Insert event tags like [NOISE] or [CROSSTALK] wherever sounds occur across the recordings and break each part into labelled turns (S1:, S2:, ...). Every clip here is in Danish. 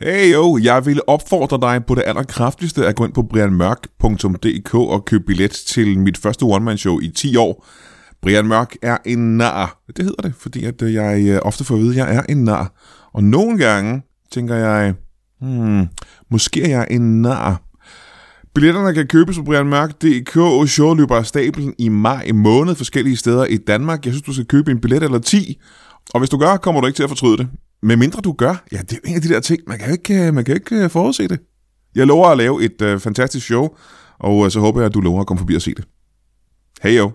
S1: Hey jo, jeg ville opfordre dig på det allerkraftigste at gå ind på brianmørk.dk og købe billet til mit første one-man-show i 10 år. Brian Mørk er en nar. Det hedder det, fordi at øh, jeg øh, ofte får at vide, at jeg er en nar. Og nogle gange tænker jeg, hmm, måske er jeg en nar. Billetterne kan købes på brianmørk.dk og showet løber af stablen i maj måned forskellige steder i Danmark. Jeg synes, du skal købe en billet eller 10, og hvis du gør, kommer du ikke til at fortryde det. Med mindre du gør, ja, det er jo en af de der ting, man kan jo ikke, øh, man kan jo ikke øh, forudse det. Jeg lover at lave et øh, fantastisk show, og øh, så håber jeg, at du lover at komme forbi og se det. Hej jo.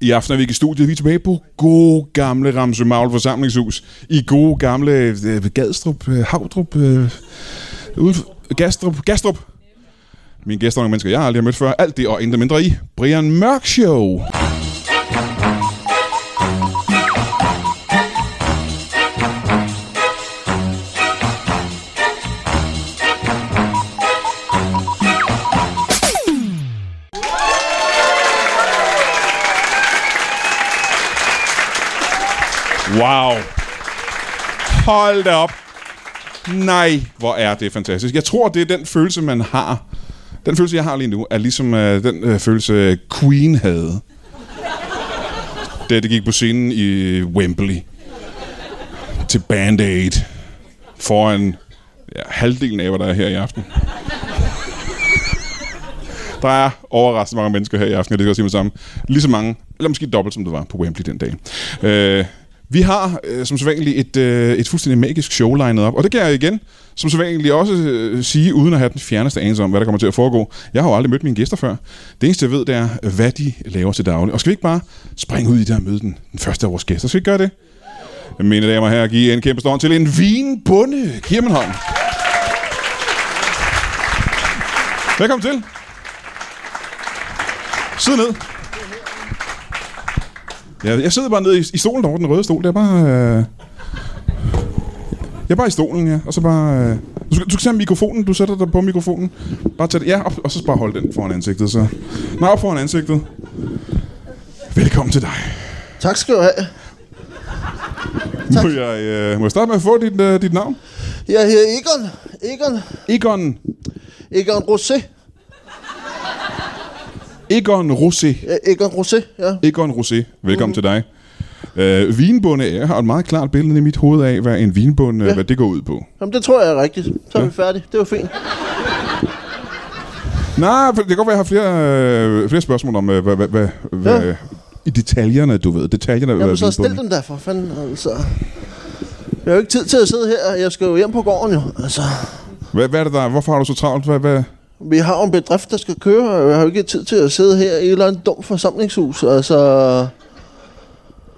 S1: I aften er vi ikke i studiet. Vi er tilbage på gode gamle Ramsø Magl forsamlingshus. I gode gamle øh, Gadstrup, øh, Havdrup, øh, ude for- Gastrup, Gastrup. Mine gæster er nogle mennesker, jeg aldrig har mødt før. Alt det og intet mindre i Brian Mørk Show. Wow. Hold da op. Nej, hvor er det fantastisk. Jeg tror, det er den følelse, man har. Den følelse, jeg har lige nu, er ligesom øh, den øh, følelse, Queen havde. Da det gik på scenen i Wembley. Til Band Aid. Foran ja, halvdelen af, hvad der er her i aften. Der er overraskende mange mennesker her i aften, og det kan jeg sige med sammen. Lige så mange, eller måske dobbelt, som det var på Wembley den dag. Øh, vi har øh, som sædvanligt et, øh, et fuldstændig magisk show lined op, og det kan jeg igen, som sædvanligt også øh, sige, uden at have den fjerneste anelse om, hvad der kommer til at foregå. Jeg har jo aldrig mødt mine gæster før. Det eneste, jeg ved, det er, hvad de laver til daglig. Og skal vi ikke bare springe ud i det og møde den, den første af vores gæster? Skal vi ikke gøre det? Mine damer og herrer, giv en kæmpe stånd til en vinbonde, Kirmenholm. Velkommen til. Sid ned. Jeg, jeg sidder bare nede i, i stolen over den røde stol. Det er bare... Øh... Jeg er bare i stolen, ja. Og så bare... Øh... Du, skal, du skal tage mikrofonen. Du sætter dig på mikrofonen. Bare tag det. Ja, op, og så bare hold den foran ansigtet. Så. Nej, op foran ansigtet. Velkommen til dig.
S2: Tak skal du have.
S1: Må jeg, øh, må jeg starte med at få dit, øh, dit navn?
S2: Jeg hedder Egon. Egon.
S1: Egon.
S2: Egon Rosé.
S1: Egon Rosé.
S2: Ja, Egon Rosé, ja.
S1: Egon Rosé, velkommen mm. til dig. Øh, vinbunde, jeg har et meget klart billede i mit hoved af, hvad en vinbunde, ja. hvad det går ud på.
S2: Jamen, det tror jeg er rigtigt. Så er vi færdige. Det var fint.
S1: Nej, for det kan godt være, jeg har flere, øh, flere spørgsmål om, øh, hvad, hvad, hvad, hvad, ja. i detaljerne, du ved. Detaljerne,
S2: Jamen, så
S1: vinbunde.
S2: stil den der for fanden, altså. Jeg har jo ikke tid til at sidde her. Jeg skal jo hjem på gården, jo. Altså,
S1: Hvad, hvad er det der? Hvorfor har du så travlt? Hvad, hvad?
S2: vi har jo en bedrift, der skal køre, og jeg har jo ikke tid til at sidde her i et eller andet dumt forsamlingshus. Altså,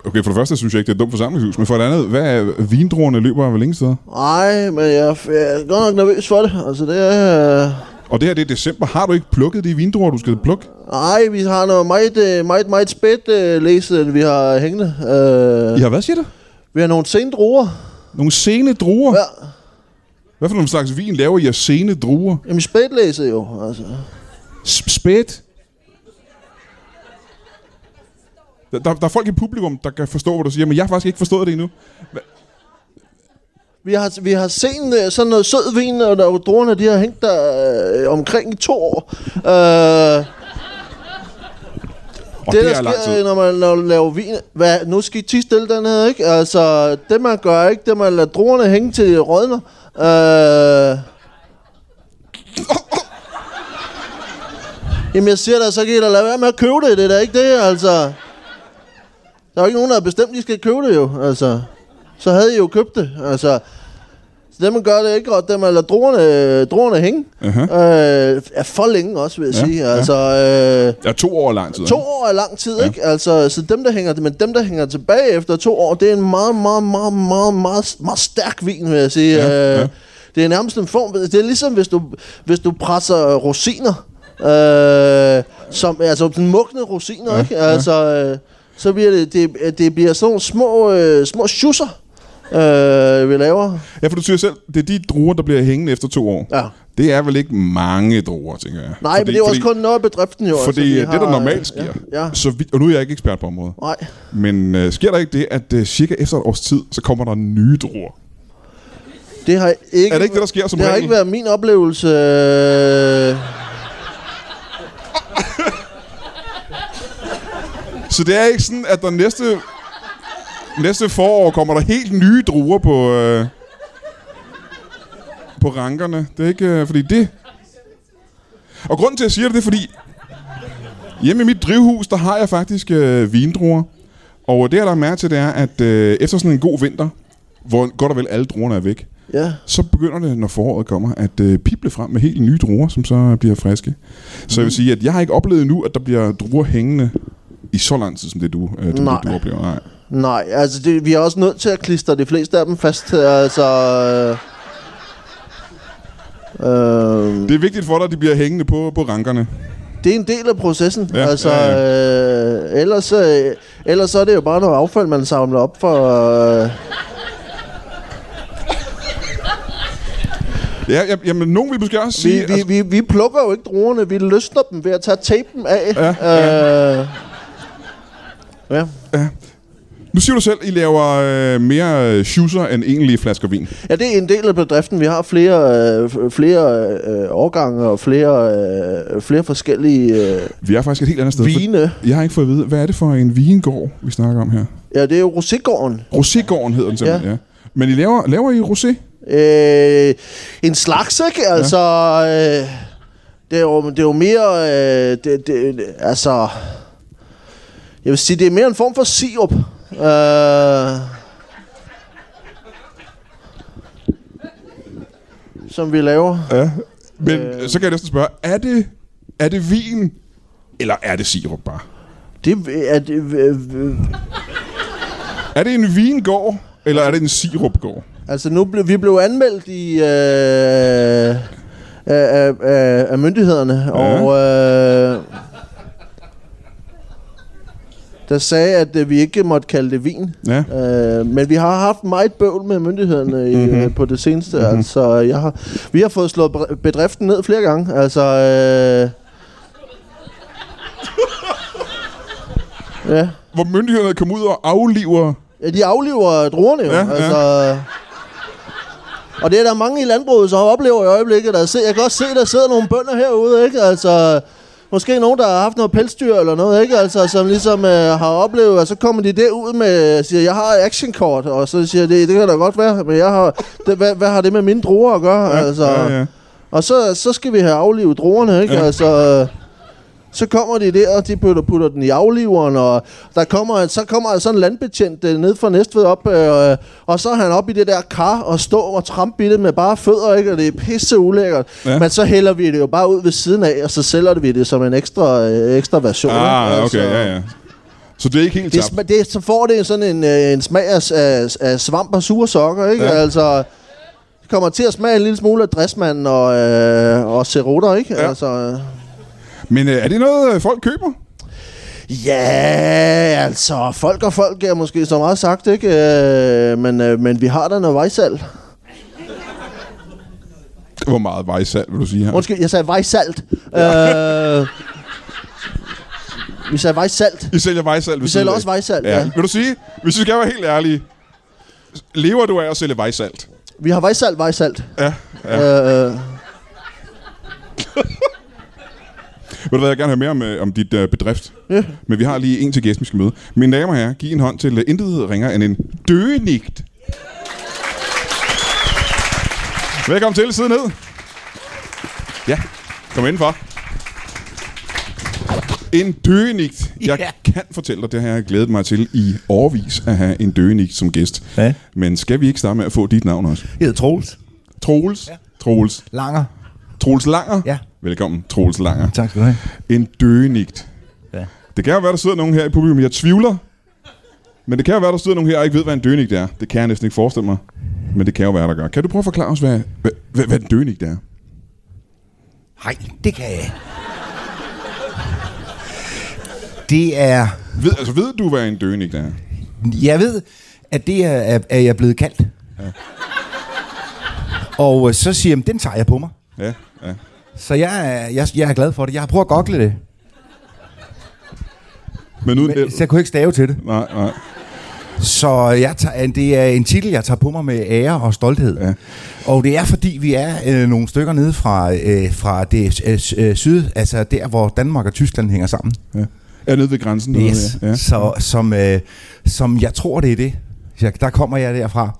S1: Okay, for det første synes jeg ikke, det er et dumt forsamlingshus, men for det andet, hvad er vindruerne løber hvor længe steder?
S2: nej, men jeg, er- jeg er godt nok nervøs for det. Altså, det er...
S1: Og det her, det er december. Har du ikke plukket de vindruer, du skal plukke?
S2: Nej, vi har noget meget, øh, meget, meget spædt øh, læse, vi har hængende. Øh,
S1: I har hvad, siger du?
S2: Vi har nogle sene druer.
S1: Nogle sene druer? Ja.
S2: Ja,
S1: Hvad for nogle slags vin laver I af sene druer?
S2: jamen spætlæse jo, altså.
S1: S- Spæt. Der, der, der er folk i publikum, der kan forstå, hvad du siger, men jeg har faktisk ikke forstået det endnu.
S2: Vi har, vi har set øh, sådan noget sød vin, og der er jo druerne, de har hængt der øh, omkring i to år. Øh,
S1: Og
S2: det, det, der sker, øh, når man, når man laver vin, hvad, nu skal I tige stille den her, ikke? Altså, det man gør ikke, det man lader druerne hænge til de rådner. Øh, Jamen, jeg siger da, så kan I da lade være med at købe det, det er da ikke det, altså. Der er jo ikke nogen, der har bestemt, at I skal købe det jo, altså. Så havde I jo købt det, altså. Så det, man gør, det er ikke godt, det man lader druerne, druerne hænge.
S1: Uh-huh.
S2: Øh, er for længe også, vil jeg
S1: Ja,
S2: ja, sige,
S1: ja.
S2: altså. Øh,
S1: Ja, to år er lang tid.
S2: To
S1: ikke?
S2: år er lang tid, ja. ikke? Altså, så dem, der hænger, men dem, der hænger tilbage efter to år, det er en meget, meget, meget, meget, meget, meget stærk vin, vil jeg sige.
S1: Ja,
S2: øh,
S1: ja.
S2: Det er nærmest en form... Det er ligesom, hvis du, hvis du presser øh, rosiner. Øh, som, altså, den mugne rosiner, ja, ikke?
S1: ja.
S2: Altså, øh, så bliver det, det, det bliver sådan nogle små, øh, små schusser, øh, vi laver.
S1: Ja, for du siger selv, det er de druer, der bliver hængende efter to år.
S2: Ja.
S3: Det er vel ikke mange druer, tænker jeg.
S2: Nej, fordi, men det er jo også kun noget af bedriften jo. altså.
S3: Fordi
S2: vi
S3: det, der normalt sker,
S2: Ja, ja.
S3: Så vi, og nu er jeg ikke ekspert på området,
S2: Nej.
S3: men øh, sker der ikke det, at øh, cirka efter et års tid, så kommer der nye druer?
S2: Det har ikke...
S3: Er det ikke det, der sker som
S2: Det har
S3: regel?
S2: ikke været min oplevelse. øh.
S3: Så det er ikke sådan, at der næste, næste forår kommer der helt nye druer på, øh, på rankerne. Det er ikke, øh, fordi det... Og grunden til, at jeg siger det, det er fordi... Hjemme i mit drivhus, der har jeg faktisk øh, vindruer. Og det, jeg der mærke til, det er, at øh, efter sådan en god vinter, hvor godt og vel alle druerne er væk,
S2: Ja.
S3: så begynder det, når foråret kommer, at øh, pible frem med helt nye druer, som så bliver friske. Så
S2: Mm.
S3: jeg vil sige, at jeg har ikke oplevet nu, at der bliver druer hængende i så lang tid, som det du, øh, du,
S2: Nej.
S3: du oplever. Nej.
S2: Nej, altså det, vi er også nødt til at klistre de fleste af dem fast. Altså... Øh, øh,
S3: Det er vigtigt for dig, at de bliver hængende på, på rankerne.
S2: det er en del af processen.
S3: Ja,
S2: Ja, altså,
S3: ja,
S2: Øh, ellers, øh, ellers så er det jo bare noget affald, man samler op for... Øh,
S3: Ja, ja, jamen, nogen vil måske også sige... altså,
S2: vi, vi, vi, vi plukker jo ikke druerne, vi løsner dem ved at tage tapen af.
S3: Ja,
S2: øh, ja.
S3: nu siger du selv, at I laver øh, mere øh, schusser end egentlige flasker vin.
S2: Ja, det er en del af bedriften. Vi har flere, øh, f- flere øh, årgange og flere, øh, flere forskellige øh,
S3: Vi er faktisk et helt andet sted. for-
S2: vine.
S3: Jeg har ikke fået at vide, hvad er det for en vingård, vi snakker om her?
S2: Ja, det er jo Roségården.
S3: Roségården hedder den simpelthen, ja. ja. Men I laver, laver I rosé?
S2: Øh, en slags, ikke? Altså, øh, det, er jo, det er jo mere... Øh, det, det, altså... Jeg vil sige, det er mere en form for sirup. Øh, som vi laver.
S3: Ja. Men øh. så kan jeg næsten spørge, er det, er det vin, eller er det sirup bare?
S2: Det er... Det, øh, øh,
S3: Er det en vingård, eller er det en sirupgård?
S2: Altså, nu blev, vi blev anmeldt i, øh, af, af, af, af myndighederne, ja. og øh, der sagde, at øh, vi ikke måtte kalde det vin.
S3: Ja.
S2: Øh, men vi har haft meget bøvl med myndighederne i, mm-hmm. øh, på det seneste. Mm-hmm. Altså, jeg har, vi har fået slået bedri- bedriften ned flere gange. Altså, øh, ja.
S3: Hvor myndighederne kommer ud og afliver...
S2: Ja, de aflever druerne jo.
S3: Ja,
S2: Ja, altså, ja. Og det er der mange i landbruget, som oplever i øjeblikket. Der se, jeg kan godt se, der sidder nogle bønder herude, ikke? Altså, måske nogen, der har haft noget pelsdyr eller noget, ikke? Altså, som ligesom øh, har oplevet, og så kommer de derud med, siger, jeg har actionkort, og så siger de, det kan da godt være, men jeg har, det, hvad, hvad har det med mine druer at gøre? Ja, altså,
S3: Ja, ja.
S2: og så, så skal vi have aflivet druerne, ikke?
S3: Ja.
S2: Ja. Altså, øh, så kommer de der, og de putter, putter den i afliveren, og der kommer, så kommer sådan en landbetjent øh, ned fra Næstved op, øh, og så er han op i det der kar og står og trampe i det med bare fødder, ikke? og det er pisse ulækkert.
S3: Ja.
S2: Ja. Men så hælder vi det jo bare ud ved siden af, og så sælger vi det som en ekstra, øh, ekstra version. ikke? Altså,
S3: Ah, okay, ja, ja. Så det er ikke helt
S2: Det,
S3: tabt.
S2: sma- det, så får det sådan en, øh, en smag af, af, af svamp og sure sokker, ikke?
S3: Ja.
S2: Ja. Altså, det kommer til at smage en lille smule af dressmand og, øh, og serotter, ikke?
S3: Ja.
S2: Ja. Altså, øh.
S3: Men øh, er det noget, øh, folk køber?
S2: ja, altså, folk og folk er måske så meget sagt, ikke? Øh, men, øh, men vi har da noget vejsalt.
S3: Hvor meget vejsalt, vil du sige her?
S2: Undskyld, jeg sagde vejsalt. Ja. Øh, vi sagde vejsalt.
S3: I sælger vejsalt.
S2: Vi sælger også vejsalt, ja.
S3: Vil du sige, hvis vi skal være helt ærlige, lever du af at sælge vejsalt?
S2: Vi har vejsalt, vejsalt.
S3: Ja.
S2: Ja. Øh,
S3: Ved du hvad, jeg vil gerne høre mere om, øh, om dit øh, bedrift.
S2: Ja.
S3: Men vi har lige en til gæst, vi skal møde. Mine damer og herrer, giv en hånd til øh, intet ringer end en døgenigt. Velkommen til, sidde ned. Ja, kom indenfor. En døgenigt. Jeg
S4: Ja.
S3: kan fortælle dig, det har jeg glædet mig til i årvis at have en døgenigt som gæst.
S4: Ja.
S3: Men skal vi ikke starte med at få dit navn også?
S4: Jeg hedder Troels.
S3: Troels. Ja. Troels.
S4: Langer.
S3: Troels Langer.
S4: Ja.
S3: Velkommen, Troels Langer.
S4: Tak skal du have.
S3: En døgenigt.
S4: Ja.
S3: Det kan jo være, der sidder nogen her i publikum, jeg tvivler. Men det kan jo være, der sidder nogen her og ikke ved, hvad en dønigt er. Det kan jeg næsten ikke forestille mig. Men det kan jo være, der gør. Kan du prøve at forklare os, hvad, hvad, hvad, hvad en dønigt er?
S4: Nej, det kan jeg ikke. Det er...
S3: Ved, altså, ved du, hvad en dønigt er?
S4: Jeg ved, at det er, er, er jeg blevet kaldt. Ja. Og øh, så siger jeg, "Men den tager jeg på mig.
S3: Ja, ja.
S4: Så jeg, er- jeg, jeg er glad for det. Jeg har prøvet at gogle det.
S3: Men uden
S4: Men,
S3: det...
S4: så jeg kunne ikke stave til det.
S3: Nej, nej.
S4: Så jeg tager, det er en titel, jeg tager på mig med ære og stolthed.
S3: Ja.
S4: Ja. Og det er, fordi vi er øh, nogle stykker nede fra, øh, fra det øh, s- øh, syd, altså der, hvor Danmark og Tyskland hænger sammen.
S3: Ja. Er nede ved grænsen? dernede,
S4: Yes.
S3: Ja. ja.
S4: Så, som, øh, som jeg tror, det er det. Jeg, der kommer jeg derfra.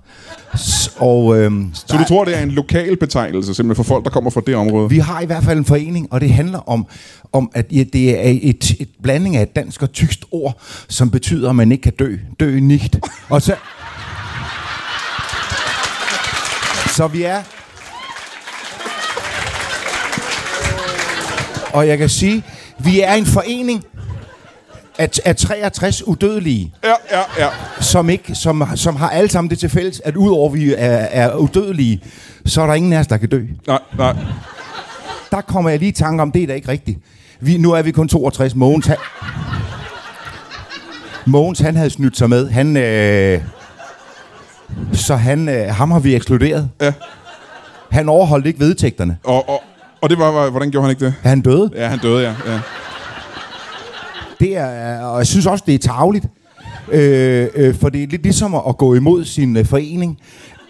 S4: S- og øh,
S3: Så du tror, det er en lokal betegnelse, simpelthen for folk, der kommer fra det område?
S4: vi har i hvert fald en forening, og det handler om, om at ja, det er et, et blanding af et dansk og tykst ord, som betyder, at man ikke kan dø. Dø nicht. Og så... Så vi er... Og jeg kan sige, vi er en forening af, af 63 udødelige
S3: Ja, ja, ja.
S4: som, ikke, som, som har alle sammen det til fælles, at udover vi er, er udødelige, så er der ingen af os, der kan dø.
S3: Nej, nej.
S4: Der kommer jeg lige i tanke om, det er da ikke rigtigt. Vi, nu er vi kun 62. Mogens, han, Mogens, han havde snydt sig med. Han, øh, så han, øh, ham har vi ekskluderet.
S3: Ja.
S4: Han overholdt ikke vedtægterne.
S3: Og, og, og det var- var, hvordan gjorde han ikke det?
S4: Han døde.
S3: Ja, han døde, ja. ja.
S4: Det er, øh, og jeg synes også, det er tageligt. Øh, øh, for det er lidt ligesom at at gå imod sin øh, forening,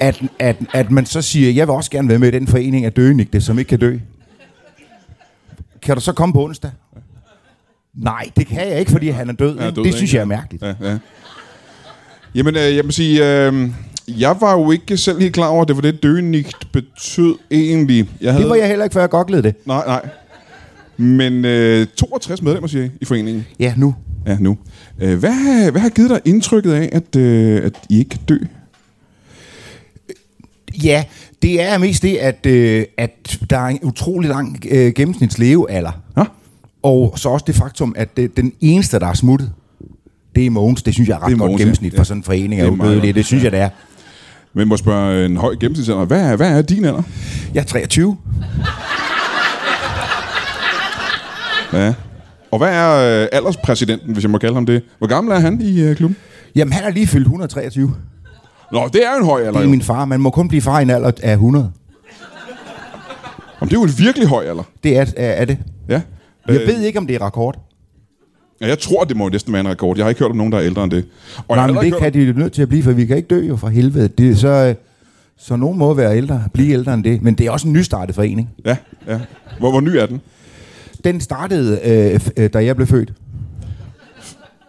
S4: at, at, at man så siger, jeg vil også gerne være med i den forening af døende, som ikke kan dø. Kan du så komme på onsdag? Nej, det kan jeg ikke, fordi han er død.
S3: er
S4: Ja,
S3: død,
S4: død det synes
S3: ikke?
S4: jeg er mærkeligt. Ja.
S3: ja, ja. Jamen, øh, jeg må sige, øh, jeg var jo ikke selv helt klar over, at det var det, døgenigt betød egentlig. Jeg havde,
S4: Det var jeg heller ikke, før jeg goglede det.
S3: Nej, nej. Men øh, 62 medlemmer, siger I, i foreningen.
S4: Ja, nu.
S3: Ja, nu. Øh, hvad, hvad har givet dig indtrykket af, at, øh, at I ikke kan dø?
S4: Ja, det er mest det, at, øh, at der er en utrolig lang øh, gennemsnitslevealder.
S3: Nå?
S4: Og så også det faktum, at det, den eneste, der er smuttet, det er Mogens. Det synes jeg er ret
S3: Det er
S4: er godt
S3: Mogens, ja.
S4: gennemsnit
S3: Ja.
S4: for sådan en forening
S3: Det
S4: af
S3: er meget
S4: udødelige.
S3: godt.
S4: Det synes jeg, det er.
S3: Men må spørge en høj gennemsnitsalder. Hvad er, hvad er din alder?
S4: Jeg er 23.
S3: Ja. Og hvad er øh, alderspræsidenten, hvis jeg må kalde ham det? Hvor gammel er han i øh, klubben?
S4: Jamen, han er lige fyldt 123. Det
S3: Nå, det er jo en høj alder.
S4: er
S3: jo.
S4: min far. Man må kun blive far i en alder af 100.
S3: Jamen, det er jo en virkelig høj alder.
S4: Det er, er, er det.
S3: Ja.
S4: Jeg
S3: Øh,
S4: ved ikke, om det er rekord.
S3: Ja, jeg tror, det må næsten være en rekord. Jeg har ikke hørt om nogen, der er ældre end det. Og jeg har
S4: Nej, men
S3: heller
S4: det
S3: ikke
S4: kan
S3: hørt-
S4: de jo nødt til at blive, for vi kan ikke dø jo for helvede. Det, er så, øh, så nogen må være ældre, blive ældre end det. Men det er også en nystartet forening.
S3: Ja, ja. Hvor, hvor ny er den?
S4: Den startede, øh, f- øh, da jeg blev født.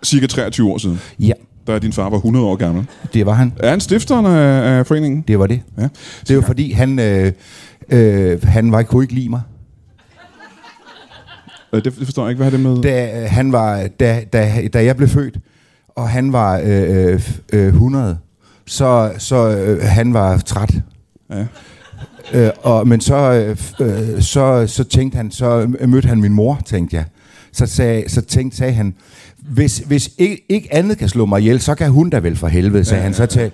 S3: Cirka 23 år siden,
S4: Ja,
S3: da din far var 100 år gammel.
S4: det var han.
S3: Er han stifteren af, af foreningen?
S4: Det var det.
S3: Ja.
S4: Det er jo fordi, han, øh, øh, han var, kunne ikke lide mig.
S3: Øh, Det, det forstår jeg ikke. Hvad har det med?
S4: Da, øh, han var, da, da, da jeg blev født, og han var øh, øh, øh, 100, så, så øh, han var træt.
S3: Ja.
S4: Øh, og, men så, øh, f- øh, så, så tænkte han, så øh, mødte han min mor, tænkte jeg. Så, sagde, så tænkte, sagde han, hvis, hvis ikke, ikke andet kan slå mig ihjel, så kan hun da vel for helvede, sagde ja, han så til.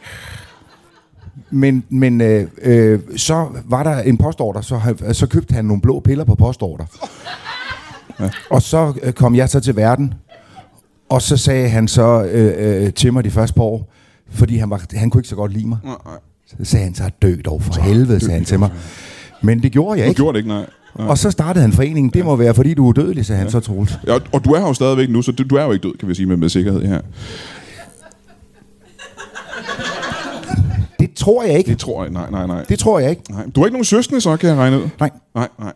S4: Men, men øh, øh, så var der en postorder, så, han- så købte han nogle blå piller på postorder. Og så øh, kom jeg så til verden, og så sagde han så øh, øh, til mig de første par år, fordi han, var, han kunne ikke så godt lide mig.
S3: Nej, nej.
S4: Så sagde han så, dø dog for helvede, sagde han til mig. Men det gjorde jeg
S3: Du
S4: ikke.
S3: gjorde det ikke, nej. nej.
S4: Og så startede han foreningen, det må være, fordi du er udødelig, sagde han så Troels.
S3: Ja, og- og du er her jo stadigvæk nu, så du, du er jo ikke død, kan vi sige med, med sikkerhed her.
S4: Det tror jeg ikke.
S3: Det tror jeg. Nej, nej, nej.
S4: Det tror jeg ikke.
S3: nej. Du har ikke nogen søskende, så kan jeg regne ud?
S4: Nej.
S3: Nej, nej.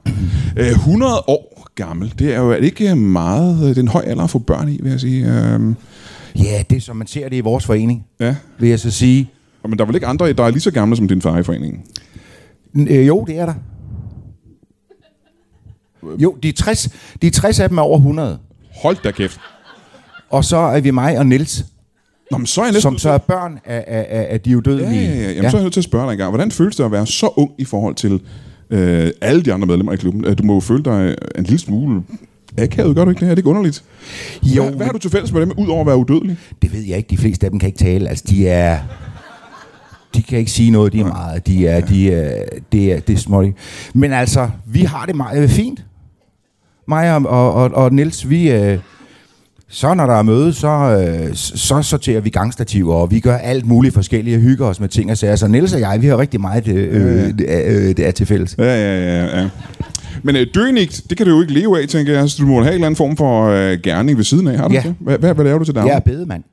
S3: Øh, 100 år gammel, det er jo er det ikke meget... øh, Det er en høj alder at få børn i, vil jeg sige. Øhm,
S4: Ja, det er som man ser det i vores forening,
S3: ja.
S4: vil jeg så sige.
S3: Og Men der er vel ikke andre, der er lige så gamle som din far i foreningen?
S4: N- Øh, jo, det er der. Jo, de 60, de 60 af dem er over 100.
S3: Hold da kæft.
S4: Og så er vi mig og Nils,
S3: Nå, men så er jeg næsten...
S4: som
S3: nødt
S4: så
S3: til-
S4: er børn af, af, af, af de
S3: Ja,
S4: udødelige.
S3: ja, ja. Jamen, ja. så er jeg nødt til at spørge dig en gang. Hvordan føles det at være så ung i forhold til øh, alle de andre medlemmer i klubben? Øh, Du må jo føle dig en lille smule akavet, gør du ikke det? Er det ikke underligt?
S4: Jo,
S3: hvad, hvad har du til fælles med dem, udover at være udødelig?
S4: Det ved jeg ikke. De fleste af dem kan ikke tale. Altså, de er... De kan ikke sige noget. De er meget... De er... De er det er, det er småt. Men altså, vi har det meget øh, fint. Mig og, og, og, og Niels, vi... Øh, Så når der er møde, så, øh, s- så sorterer vi gangstativer, og vi gør alt muligt forskellige og hygger os med ting og sager. Så Niels og jeg, vi har rigtig meget øh, øh, øh, det er til fælles.
S3: Ja, ja, ja, ja. Men øh, døenigt, det kan du jo ikke leve af, tænker jeg. Så du må have en eller anden form for øh, gerning ved siden af, har du
S4: Ja.
S3: det? Hvad, hvad, hvad laver du til daglig?
S4: Jeg er bedemand.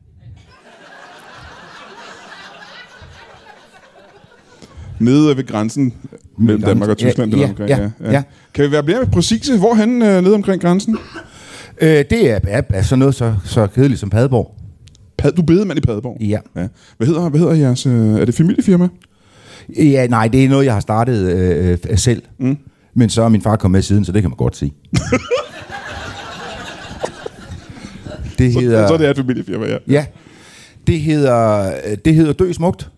S3: Nede ved grænsen mellem Danmark og Tyskland.
S4: Ja,
S3: eller
S4: ja,
S3: omkring,
S4: ja, ja.
S3: Kan vi være mere præcise? Hvorhen øh, nede omkring grænsen?
S4: Øh, det er, er, er sådan noget så, så kedeligt som Padborg.
S3: Pad, du bedemand i Padborg?
S4: Ja.
S3: ja. Hvad, hedder, hvad hedder jeres... Øh, er det familiefirma?
S4: Ja, nej, det er noget, jeg har startet øh, øh, selv. Mm. Men så er min far kommet med siden, så det kan man godt sige. det hedder...
S3: Så, så er det et familiefirma, ja.
S4: Ja. Det hedder, øh, det hedder Dø Smukt.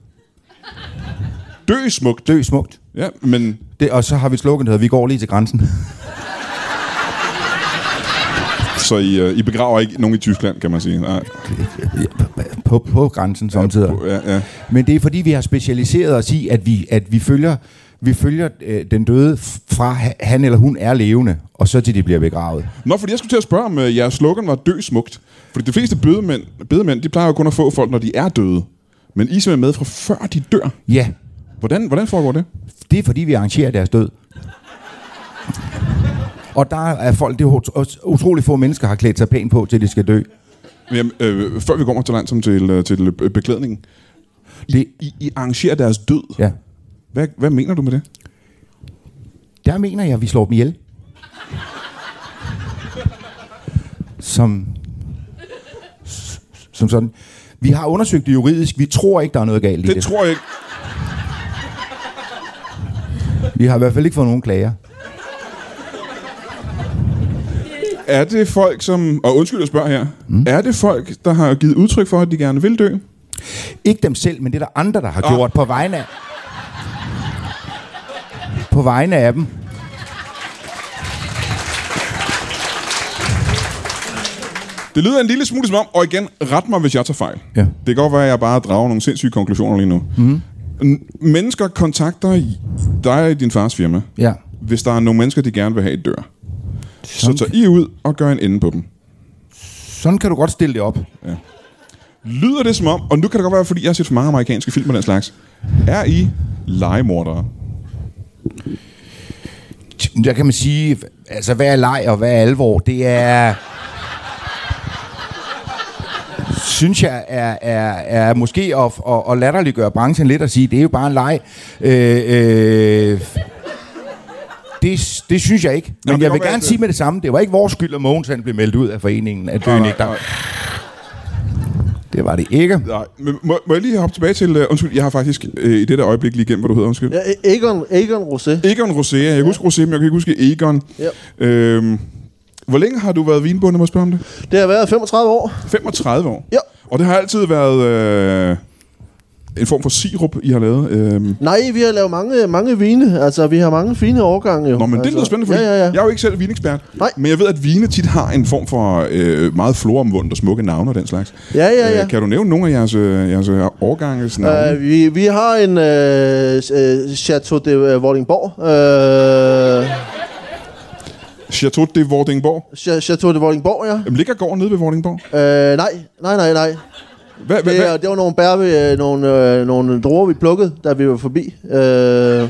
S3: Dø smukt.
S4: Dø Smukt.
S3: Ja, men
S4: Det, og så har vi et slogan, der hedder, vi går lige til grænsen.
S3: så I, øh, I begraver ikke nogen i Tyskland, kan man sige. Nej.
S4: på, på grænsen samtidig.
S3: Ja, ja.
S4: Men det er fordi, vi har specialiseret os i, at vi, at vi følger, vi følger øh, den døde fra ha- han eller hun er levende, og så til de bliver begravet.
S3: Nå, fordi jeg skulle til at spørge, om øh, jeres slogan var dø smukt. Fordi de fleste bedemænd, bedemænd, de plejer jo kun at få folk, når de er døde. Men I er simpelthen med fra før de dør.
S4: Ja,
S3: Hvordan, hvordan foregår det?
S4: det er fordi, vi arrangerer deres død. Og der er folk, det er ut- utrolig få mennesker, har klædt sig pænt på, til de skal dø.
S3: Jamen, øh, før vi kommer til langt som til, øh, til øh, beklædningen. I, det...
S4: Det-
S3: I, I arrangerer deres død.
S4: Ja.
S3: Hvad, hvad mener du med det?
S4: Der mener jeg, at vi slår dem ihjel. Som, som sådan. Vi har undersøgt det juridisk. Vi tror ikke, der er noget galt i
S3: Det,
S4: det.
S3: det tror jeg ikke.
S4: Vi har i hvert fald ikke fået nogen klager.
S3: Er det folk, som... Og undskyld, jeg spørger her. Mm. Er det folk, der har givet udtryk for, at de gerne vil dø?
S4: Ikke dem selv, men det er der andre, der har
S3: Ah.
S4: gjort på vegne af... På vegne af dem.
S3: Det lyder en lille smule som om, og igen, ret mig, hvis jeg tager fejl.
S4: Ja.
S3: Det kan godt være, at jeg bare drager nogle sindssyge konklusioner lige nu. Mm. Mennesker kontakter dig i din fars firma,
S4: Ja.
S3: hvis der er nogle mennesker, de gerne vil have et dør. Så tager I ud og gør en ende på dem.
S4: Sådan kan du godt stille det op.
S3: Lyder det som om, og nu kan det godt være, fordi jeg har set for mange amerikanske film og den slags, er I legemordere?
S4: Der kan man sige, altså hvad er leg og hvad er alvor, det er... synes jeg er, er, er måske at, at, at latterliggøre branchen lidt og sige, det er jo bare en leg. Øh, øh, det, det synes jeg ikke.
S3: Nå,
S4: Men
S3: det
S4: jeg
S3: kan godt
S4: vil
S3: være,
S4: gerne
S3: at-
S4: sige med det samme, det var ikke vores skyld, at Mogens han blev meldt ud af foreningen af
S3: Nej,
S4: døende
S3: nej,
S4: der. Det var det ikke.
S3: Nej, men må, må jeg lige hoppe tilbage til... Uh, undskyld, jeg har faktisk uh, i dette øjeblik lige glemt, hvad du hedder, undskyld. Ja.
S2: Ja, E- Egon, Egon Rosé.
S3: Egon Rosé. Jeg kan huske Rosé, men jeg kan ikke huske Egon.
S2: Ja.
S3: Øhm, hvor længe har du været vinbonde, må jeg spørge om det?
S2: Det har været 35 år.
S3: 35 år?
S2: Ja.
S3: Og det har altid været øh, en form for sirup, I har lavet. Øh.
S2: Nej, vi har lavet mange, mange vine. Altså, vi har mange fine årgange jo.
S3: Nå, men
S2: altså,
S3: det lyder spændende, fordi
S2: Ja, ja, ja.
S3: jeg er jo ikke selv vinekspert.
S2: Nej.
S3: Men jeg ved, at vine tit har en form for øh, meget floromvundet og smukke navne og den slags.
S2: Ja, ja, ja.
S3: Øh, kan du nævne nogle af jeres, øh, jeres øh, årganges navne?
S2: Øh, vi, vi har en øh, s- øh, Chateau de øh, Vordingborg. Øh,
S3: Chateau de Vordingborg.
S2: Cha- Chateau de Vordingborg, ja.
S3: Jamen, ligger gården nede ved Vordingborg?
S2: Øh, nej, nej, nej, nej.
S3: Hvad, hvad,
S2: Det, er-
S3: hvad?
S2: det var nogle bær, vi, øh, nogle, øh, nogle druer, vi plukkede, da vi var forbi. Øh,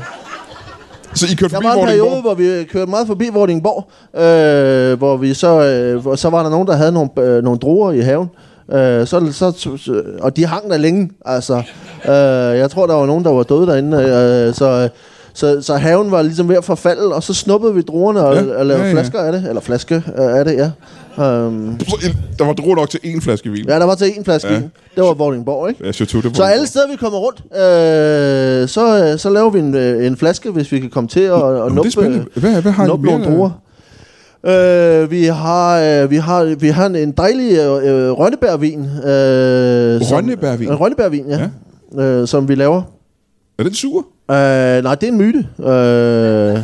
S3: Så I kørte
S2: Der
S3: forbi
S2: var en periode,
S3: Vordingborg?
S2: hvor vi kørte meget forbi Vordingborg, øh, hvor vi så, øh, hvor, så var der nogen, der havde nogle, øh, nogle druer i haven. Øh, så, så, så, og de hang der længe, altså. Øh, jeg tror, der var nogen, der var døde derinde. Øh, så, øh, så, så haven var ligesom ved at forfalde, og så snuppede vi druerne og,
S3: Ja,
S2: ja, og lavede ja,
S3: ja, ja.
S2: ja. flasker af det. Eller flaske øh, af det, ja. Um,
S3: Så I- Der var druer nok til én flaske vin.
S2: ja, der var til en flaske
S3: Ja.
S2: ja. Det var Vordingborg, ikke?
S3: Ja, Chateau de
S2: Så
S3: Vordingborg.
S2: alle steder, vi kommer rundt, øh, så, øh, så laver vi en, øh, en flaske, hvis vi kan komme til at, at
S3: Jamen, det
S2: nuppe, øh,
S3: er spændende. Hvad, hvad har I
S2: nuppe
S3: mere?
S2: nogle druer. Øh, vi, har, øh, vi, har, vi har en, en dejlig øh, øh, rønnebærvin. Øh, som-
S3: Rønnebærvin?
S2: Øh, rønnebærvin, ja. ja. Øh, som vi laver.
S3: Er den sur?
S2: Øh, nej, det er en myte. Øh,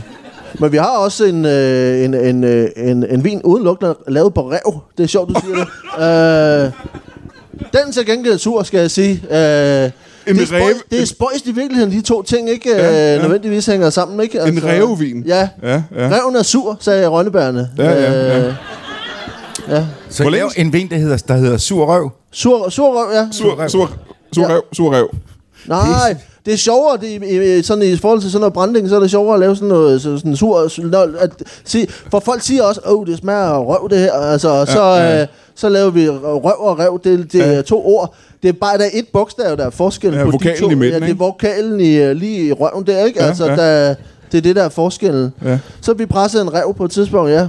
S2: men vi har også en, øh, en, en, øh, en, en vin udelukkende lavet på rev. Det er sjovt, du siger det. Øh, den er til gengæld sur, skal jeg sige. Øh,
S3: En
S2: det, er
S3: ræve-
S2: spøjst, det er spøjst i virkeligheden, de to ting ikke ja,
S3: Ja, ja.
S2: ja. nødvendigvis hænger sammen. Ikke? Altså,
S3: En rævevin?
S2: Ja.
S3: Ja, ja.
S2: Reven er sur, sagde rønnebærene.
S3: Ja, ja, ja.
S2: Øh, ja.
S4: Så
S1: Hvor
S4: lav
S1: længe-
S4: en vin, der hedder, der hedder Sur Røv.
S2: Sur, sur røv, ja.
S1: Sur,
S4: Surrev.
S1: sur, sur
S2: Ja.
S1: rev, sur rev.
S2: Nej, det er sjovere, det er, i- i- sådan i forhold til sådan noget brænding, så er det sjovere at lave sådan noget så- sådan sur... At, at sige, for folk siger også, åh, oh, det smager af røv det her, altså, og så,
S1: ja.
S2: øh, så laver vi røv og rev, det, det er to ord. Det er bare, der er et bogstav, der er forskel
S1: Ja,
S2: på de
S1: vokalen i
S2: to.
S1: midten,
S2: ja, det er
S1: ikke?
S2: vokalen i, øh, lige i røven der, ikke?
S1: Ja,
S2: Ja, altså,
S1: ja.
S2: ja. Der, det er det, der er forskellen.
S1: Ja.
S2: Så vi pressede en rev på et tidspunkt, ja.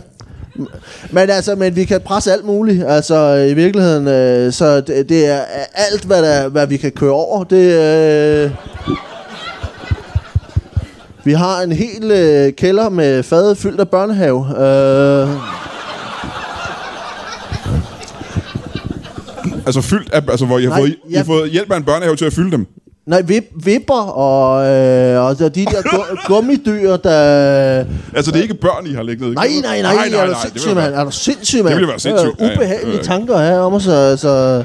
S2: Men altså, men vi kan presse alt muligt, altså øh, i virkeligheden, øh, så det, det er alt, hvad, der, hvad vi kan køre over, det øh, Vi har en hel øh, kælder med fad fyldt af børnehave. Øh,
S1: Altså fyldt af, altså hvor I har,
S2: Nej,
S1: fået, I, I har
S2: jeg-
S1: fået hjælp af en børnehave til at fylde dem.
S2: nej, vip, vipper og, øh, og der- de der gu- gummidyr, der...
S1: Altså det er ikke børn, I har lægget ned?
S2: Nej, nej, nej, nej, nej, nej er du
S1: det
S2: sindssyg,
S1: vil jeg
S2: mand? Er du sindssyg, mand?
S1: ville være sindssygt. Ja, ja.
S2: ubehagelige
S1: Ja, ja.
S2: tanker her om os, altså...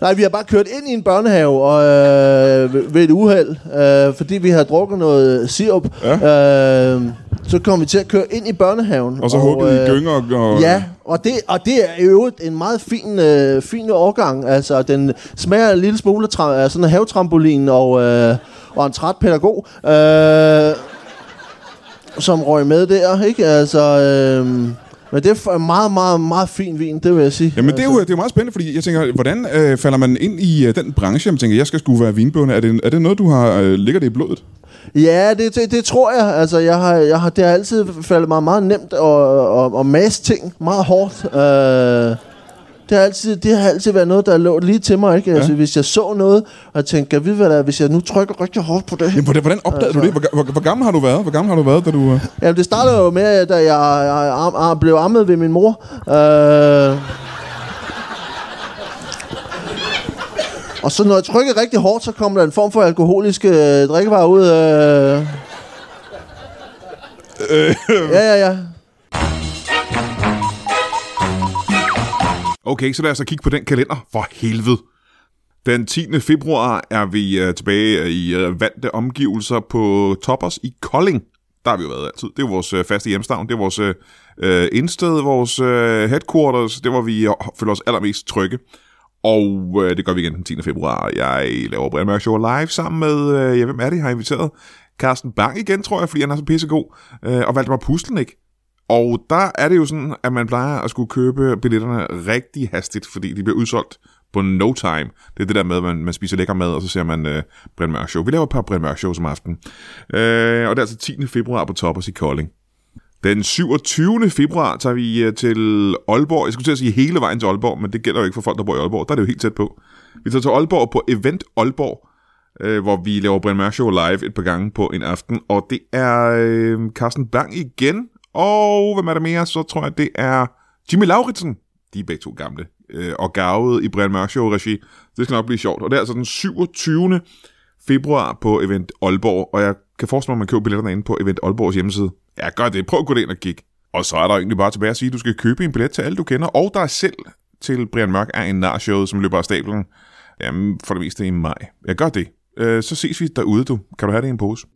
S2: Nej, vi har bare kørt ind i en børnehave og, øh, ved- ved et uheld, øh, fordi vi havde drukket noget sirup.
S1: Ja.
S2: Øh, så kom vi til at køre ind i børnehaven.
S1: Og så håbede I
S2: øh,
S1: gynger og... og-
S2: Ja, og det, og det er i øvrigt en meget fin, øh, fin årgang. Altså, den smager en lille smule tra- af sådan en havetrampolin og, øh, og en træt pædagog, øh, som røg med der, ikke? Altså, øh, men det er f- en meget, meget, meget fin vin, det vil jeg sige.
S1: Jamen det er jo det er jo meget spændende, fordi jeg tænker, hvordan øh, falder man ind i øh, den branche? Jeg tænker, jeg skal skulle være vinbønde. Er det, er det noget, du har... Øh, ligger det i blodet?
S2: Ja, det, det, det tror jeg. Altså, jeg har, jeg har, det har altid faldet mig meget nemt at, at, at masse ting meget hårdt. Øh, det, har altid, det har altid været noget, der lå lige til mig. Ikke? Altså,
S1: Ja.
S2: Hvis jeg så noget, og tænkte, kan vi hvad der er, hvis jeg nu trykker rigtig hårdt på det her?
S1: Jamen, hvordan, hvordan opdagede altså. du det? Hvor, hvor, hvor, gammel har du været? Hvor gammel har du været, da du... Øh,
S2: Jamen, det startede jo med, at da jeg, jeg, am, am, blev ammet ved min mor. Øh, og så når jeg trykkede rigtig hårdt, så kom der en form for alkoholiske øh, drikkevarer ud. Øh, ja, ja, ja.
S1: Okay, så lad os da kigge på den kalender. For helvede. Den 10. februar er vi øh, tilbage øh, i øh, vante omgivelser på Toppers i Kolding. Der har vi jo været altid. Det er jo vores øh, faste hjemstavn. Det er vores øh, øh, indsted, vores øh, headquarters. Det var vi øh, føler os allermest trygge. Og øh, det gør vi igen den 10. februar. Jeg laver Brian Mørk Show live sammen med, øh, ja, hvem er det, jeg har inviteret? Carsten Bang igen, tror jeg, fordi han er så pissegod. Øh, og Valdemar Puslen, ikke? Og der er det jo sådan, at man plejer at skulle købe billetterne rigtig hastigt, fordi de bliver udsolgt på no time. Det er det der med, at man, man spiser lækker mad, og så ser man øh, Brian Mørk Show. Vi laver et par Brian Mørk Shows om aftenen. Øh, og det er altså 10. februar på Toppers i Kolding. Den 27. februar tager vi øh, til Aalborg. Jeg skulle til at sige hele vejen til Aalborg, men det gælder jo ikke for folk, der bor i Aalborg. Der er det jo helt tæt på. Vi tager til Aalborg på Event Aalborg, øh, hvor vi laver Brian Mørk Show live et par gange på en aften. Og det er øh, Carsten Bang igen. Og hvem er der mere? Så tror jeg, det er Jimmy Lauritsen. De er begge to gamle øh, og gavede i Brian Mørk Show-regi. Det skal nok blive sjovt. Og det er altså den 27 februar på Event Aalborg, og jeg kan forestille mig, at man køber billetterne inde på Event Aalborgs hjemmeside. Ja, gør det. Prøv at gå ind og kigge. Og så er der egentlig bare tilbage at sige, at du skal købe en billet til alle, du kender, og dig selv til Brian Mørk er en narshowet, som løber af stablen. Jamen, for det meste i maj. Ja, gør det. Øh, så ses vi derude, du. Kan du have det i en pose?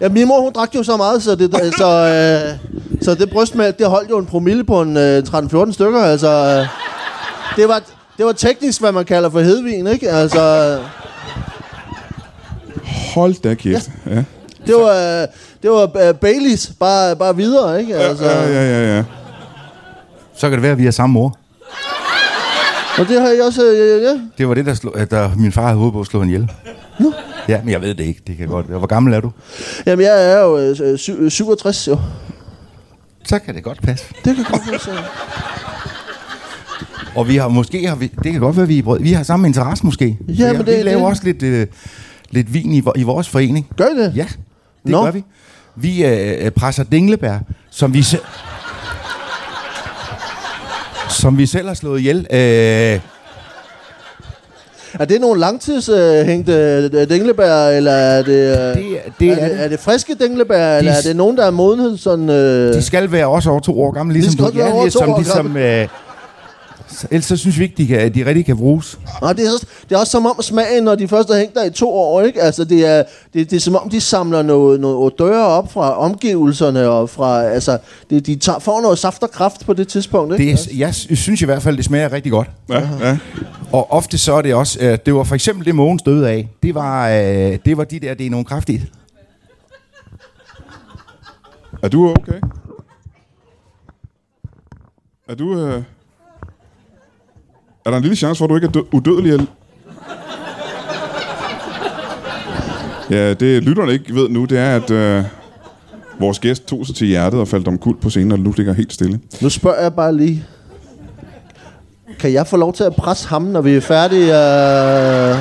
S2: Ja, min mor, hun drak jo så meget, så det, så, øh, så det brystmælk, det holdt jo en promille på en øh, 13-14 stykker, altså. Øh, det, var, det var teknisk, hvad man kalder for hedvin, ikke? Altså, øh,
S1: Hold da kæft. Ja.
S2: det var, øh, det var øh, Baileys, bare, bare videre, ikke? Altså,
S1: Ja, ja, ja, ja.
S4: Så kan det være, at vi er samme mor.
S2: Og det har jeg også, øh, ja, ja.
S4: Det var det, der, slog, at der min far havde hovedet på at slå hende ihjel. Ja, men jeg ved det ikke. Det kan godt være. Hvor gammel er du?
S2: Jamen, jeg er jo øh, øh, syv- øh, 67, jo.
S4: Så kan det godt passe.
S2: Det kan godt være, så.
S4: Og vi har måske, har vi, det kan godt være, vi, er brød- vi har samme interesse måske. Så jeg-
S2: men det-
S4: vi laver
S2: det-
S4: også lidt, øh, lidt vin i, vo- i vores forening.
S2: Gør I det?
S4: Ja, det
S2: Nå.
S4: gør vi. Vi øh, øh, presser dinglebær, som vi selv... Som vi selv har slået ihjel. Øh,
S2: Er det nogle langtidshængte øh, øh, dinglebær, eller er det... Øh,
S4: Det er- det
S2: er,
S4: er
S2: det,
S4: det.
S2: er det friske dinglebær, eller er
S4: s-
S2: det nogen, der er modenhed sådan... Øh,
S4: de skal være også over to år gamle, ligesom
S2: skal
S4: du.
S2: også være over to
S4: ligesom,
S2: år
S4: ligesom, øh, Så- Ellers så synes vi ikke, de, kan, de rigtig kan bruges.
S2: Og Ah, det er, også, det er også som om smagen, når de først har hængt der i to år, ikke? Altså, det er, det, det er som om, de samler noget, noget døre op fra omgivelserne og fra, altså, det, de tager, får noget saft og kraft på det tidspunkt, ikke?
S4: Det, er- jeg sy- synes i hvert fald, det smager rigtig godt.
S3: Ja, ja.
S4: Og ofte så er det også, øh, det var for eksempel det Mogens døde af, det var, øh, det var de der, det er nogle kraftigt.
S3: Er du okay? Er du... Øh... Er der en lille chance for, at du ikke er dø- udødelig? al- Ja, det lytterne ikke ved nu, det er, at øh, vores gæst tog sig til hjertet og faldt omkuld på scenen, og nu ligger helt stille.
S2: Nu spørger jeg bare lige. Kan jeg få lov til at presse ham, når vi er færdige? Øh...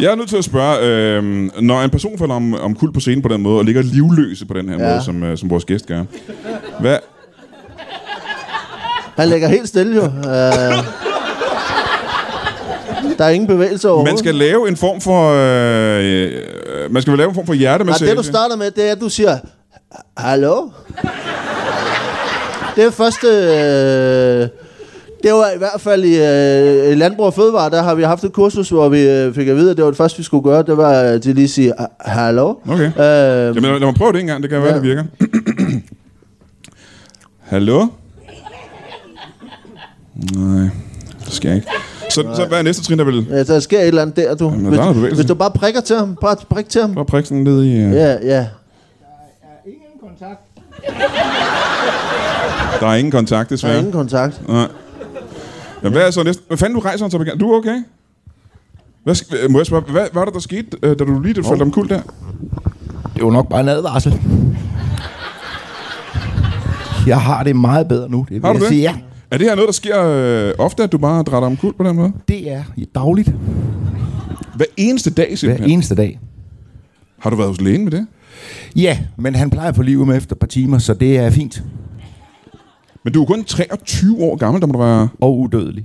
S3: Jeg er nødt til at spørge, øh, når en person falder om, omkuld på scenen på den måde, og ligger livløse på den her ja.
S2: Ja.
S3: måde, som, øh, som vores gæst gør, hvad,
S2: Han ligger helt stille jo. Øh... Der er ingen bevægelse overhovedet.
S3: Man skal lave en form for... Øh, øh, man skal vel lave en form for
S2: Nej,
S3: hjertemassage.
S2: det du starter med, det er, at du siger, hallo? Det er første... Øh, det var i hvert fald i øh, Landbrug og Fødevare, der har vi haft et kursus, hvor vi øh, fik at vide, at det var det første, vi skulle gøre. Det var øh, til lige at sige, "Ah, hallo?
S3: Okay.
S2: Øh,
S3: Jamen, lad, lad mig prøve det en gang, det kan være,
S2: Ja.
S3: det virker. [CLEARS THROAT] Hallo? Nej, det skal jeg ikke. Så, så hvad er næste trin, der vil...
S2: ja, altså, der sker et eller andet der, du.
S3: Jamen, der
S2: hvis,
S3: er noget bevægelse.
S2: hvis du bare prikker til ham, bare prik til ham.
S3: Bare prikke sådan ned i... Øh,
S2: Ja, ja.
S3: Der er ingen kontakt,
S2: Der er
S3: desværre.
S2: ingen kontakt.
S3: Nej. Ja, hvad er så næste... Hvad fanden, du rejser han så began? Du er okay? Hvad, sk- øh, må jeg spørge, hvad, hvad var det, der skete, øh, da du lige faldt omkuld der?
S4: Det var nok bare en advarsel. Jeg har det meget bedre nu. Det vil
S3: Har du
S4: jeg
S3: det?
S4: Sige, ja.
S3: Er det her noget, der sker øh, ofte, at du bare drætter omkuld på den måde?
S4: Det er dagligt.
S3: Hver eneste dag,
S4: Hver
S3: simpelthen?
S4: eneste dag.
S3: Har du været hos lægen med det?
S4: Ja, men han plejer på livet med efter et par timer, så det er fint.
S3: Men du er kun 23 år gammel, der må du være...
S4: Og udødelig.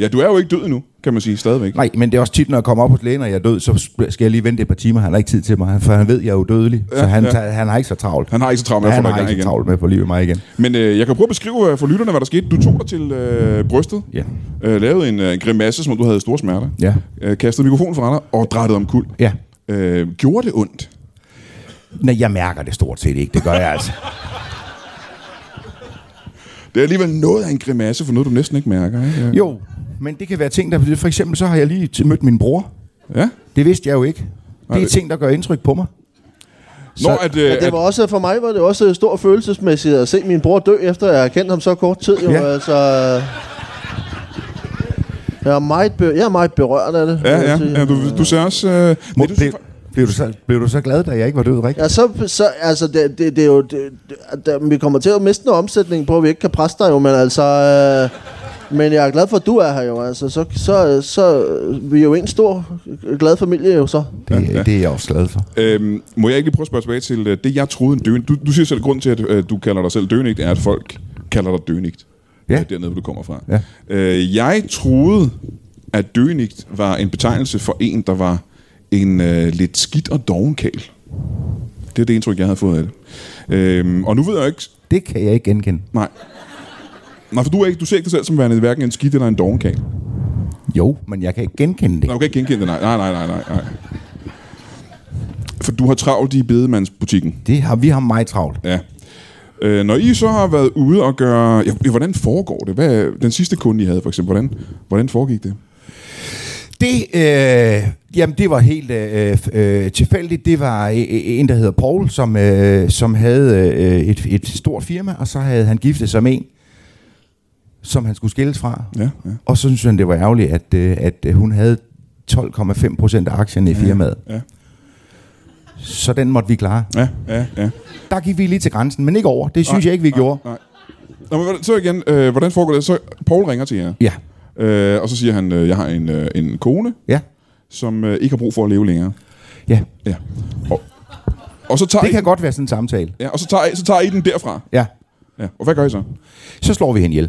S3: Ja, du er jo ikke død endnu, kan man sige, stadigvæk.
S4: Nej, men det er også tit, når jeg kommer op hos lægen, og jeg er død, så sp- skal jeg lige vente et par timer. Han har ikke tid til mig, for han ved, at jeg er udødelig. Ja, så han,
S3: ja.
S4: ja. tager, han har ikke så travlt.
S3: Han har ikke så travlt med at få
S4: Han
S3: dig i
S4: har
S3: gang
S4: ikke
S3: igen.
S4: så travlt med at få livet med mig igen.
S3: Men øh, jeg kan prøve at beskrive øh, for lytterne, hvad der skete. Du tog dig til øh, brystet,
S4: Ja.
S3: øh, lavede en øh, grimasse, som om du havde store smerter,
S4: Ja.
S3: øh, kastede mikrofonen fra dig og drættede om kul.
S4: Ja.
S3: Øh, gjorde det ondt?
S4: Nej, jeg mærker det stort set ikke. Det gør jeg altså.
S3: Det er alligevel noget af en grimasse for noget, du næsten ikke mærker. Ikke? Øh,
S4: [LAUGHS] Jo, men det kan være ting, der... For eksempel så har jeg lige t- mødt min bror.
S3: Ja?
S4: Det vidste jeg jo ikke. Det er
S3: det-
S4: ting, der gør indtryk på mig.
S3: Nå, at, øh,
S2: Ja, det var også, for mig var det også stor følelsesmæssigt at se min bror dø, efter jeg har kendt ham så kort tid. Jo,
S4: Ja.
S2: ja. altså, jeg, er meget be- jeg er meget berørt af det.
S3: at, ja,
S2: vil jeg sige.
S3: ja, ja, du, du ser også... Øh,
S4: Må,
S3: men du,
S4: blev, blev, du så, blev du så glad, da jeg ikke var død, rigtigt?
S2: Ja, så, så altså, det, det, det er jo, det, det, der- vi kommer til at miste noget omsætning på, at vi ikke kan presse dig jo, men altså, øh, men jeg er glad for, at du er her jo, altså, så, så, så øh, vi er jo en stor, glad familie jo så.
S4: Det, ja, det er jeg også glad for.
S3: Øhm, må jeg ikke lige prøve at spørge tilbage til øh, det, jeg troede en døende... Du, du siger selv, at grunden til, at øh, du kalder dig selv døenigt, er, at folk kalder dig døenigt.
S4: Ja.
S3: Øh, Dernede, hvor du kommer fra.
S4: Ja.
S3: Øh, jeg troede, at døenigt var en betegnelse for en, der var en øh, lidt skidt og dovenkæl. Det er det indtryk, jeg havde fået af det. Øhm, og nu ved jeg ikke...
S4: Det kan jeg ikke genkende.
S3: Nej. Nej, for du, er ikke, du ser ikke dig selv som værende hverken en skidt eller en dovenkæl.
S4: Jo, men jeg kan ikke genkende det.
S3: Nej, du kan ikke genkende det. Nej, nej, nej, nej, nej, nej. For du har travlt i bedemandsbutikken.
S4: det har, vi har meget travlt.
S3: Ja. Øh, når I så har været ude og gøre... Ja, ja, hvordan foregår det? Hvad, den sidste kunde, I havde for eksempel, hvordan, hvordan foregik det?
S4: Det, øh, jamen, det var helt øh, øh, tilfældigt. Det var øh, øh, en, der hedder Paul, som, øh, som havde øh, et, et stort firma, og så havde han giftet sig med en, som han skulle skilles fra.
S3: Ja, ja.
S4: Og så synes han, det var ærgerligt, at, øh, at øh, hun havde 12,5 procent af aktierne i firmaet.
S3: ja.
S4: Så den måtte vi klare.
S3: Ja, ja, ja.
S4: Der gik vi lige til grænsen, men ikke over. Det synes jeg ikke, vi gjorde.
S3: Nej. Nå, men hvordan- så igen, øh, hvordan foregår det? Så Paul ringer til jer,
S4: Ja,
S3: øh, og så siger han, øh, jeg har en, øh, en kone,
S4: ja,
S3: som øh, ikke har brug for at leve længere.
S4: ja.
S3: Ja. Og, og, så, tager
S4: Det
S3: I,
S4: kan godt være sådan en samtale.
S3: ja, og så, tager, I- så tager I den derfra.
S4: Ja,
S3: Ja. Og hvad gør I så?
S4: så slår vi hende ihjel.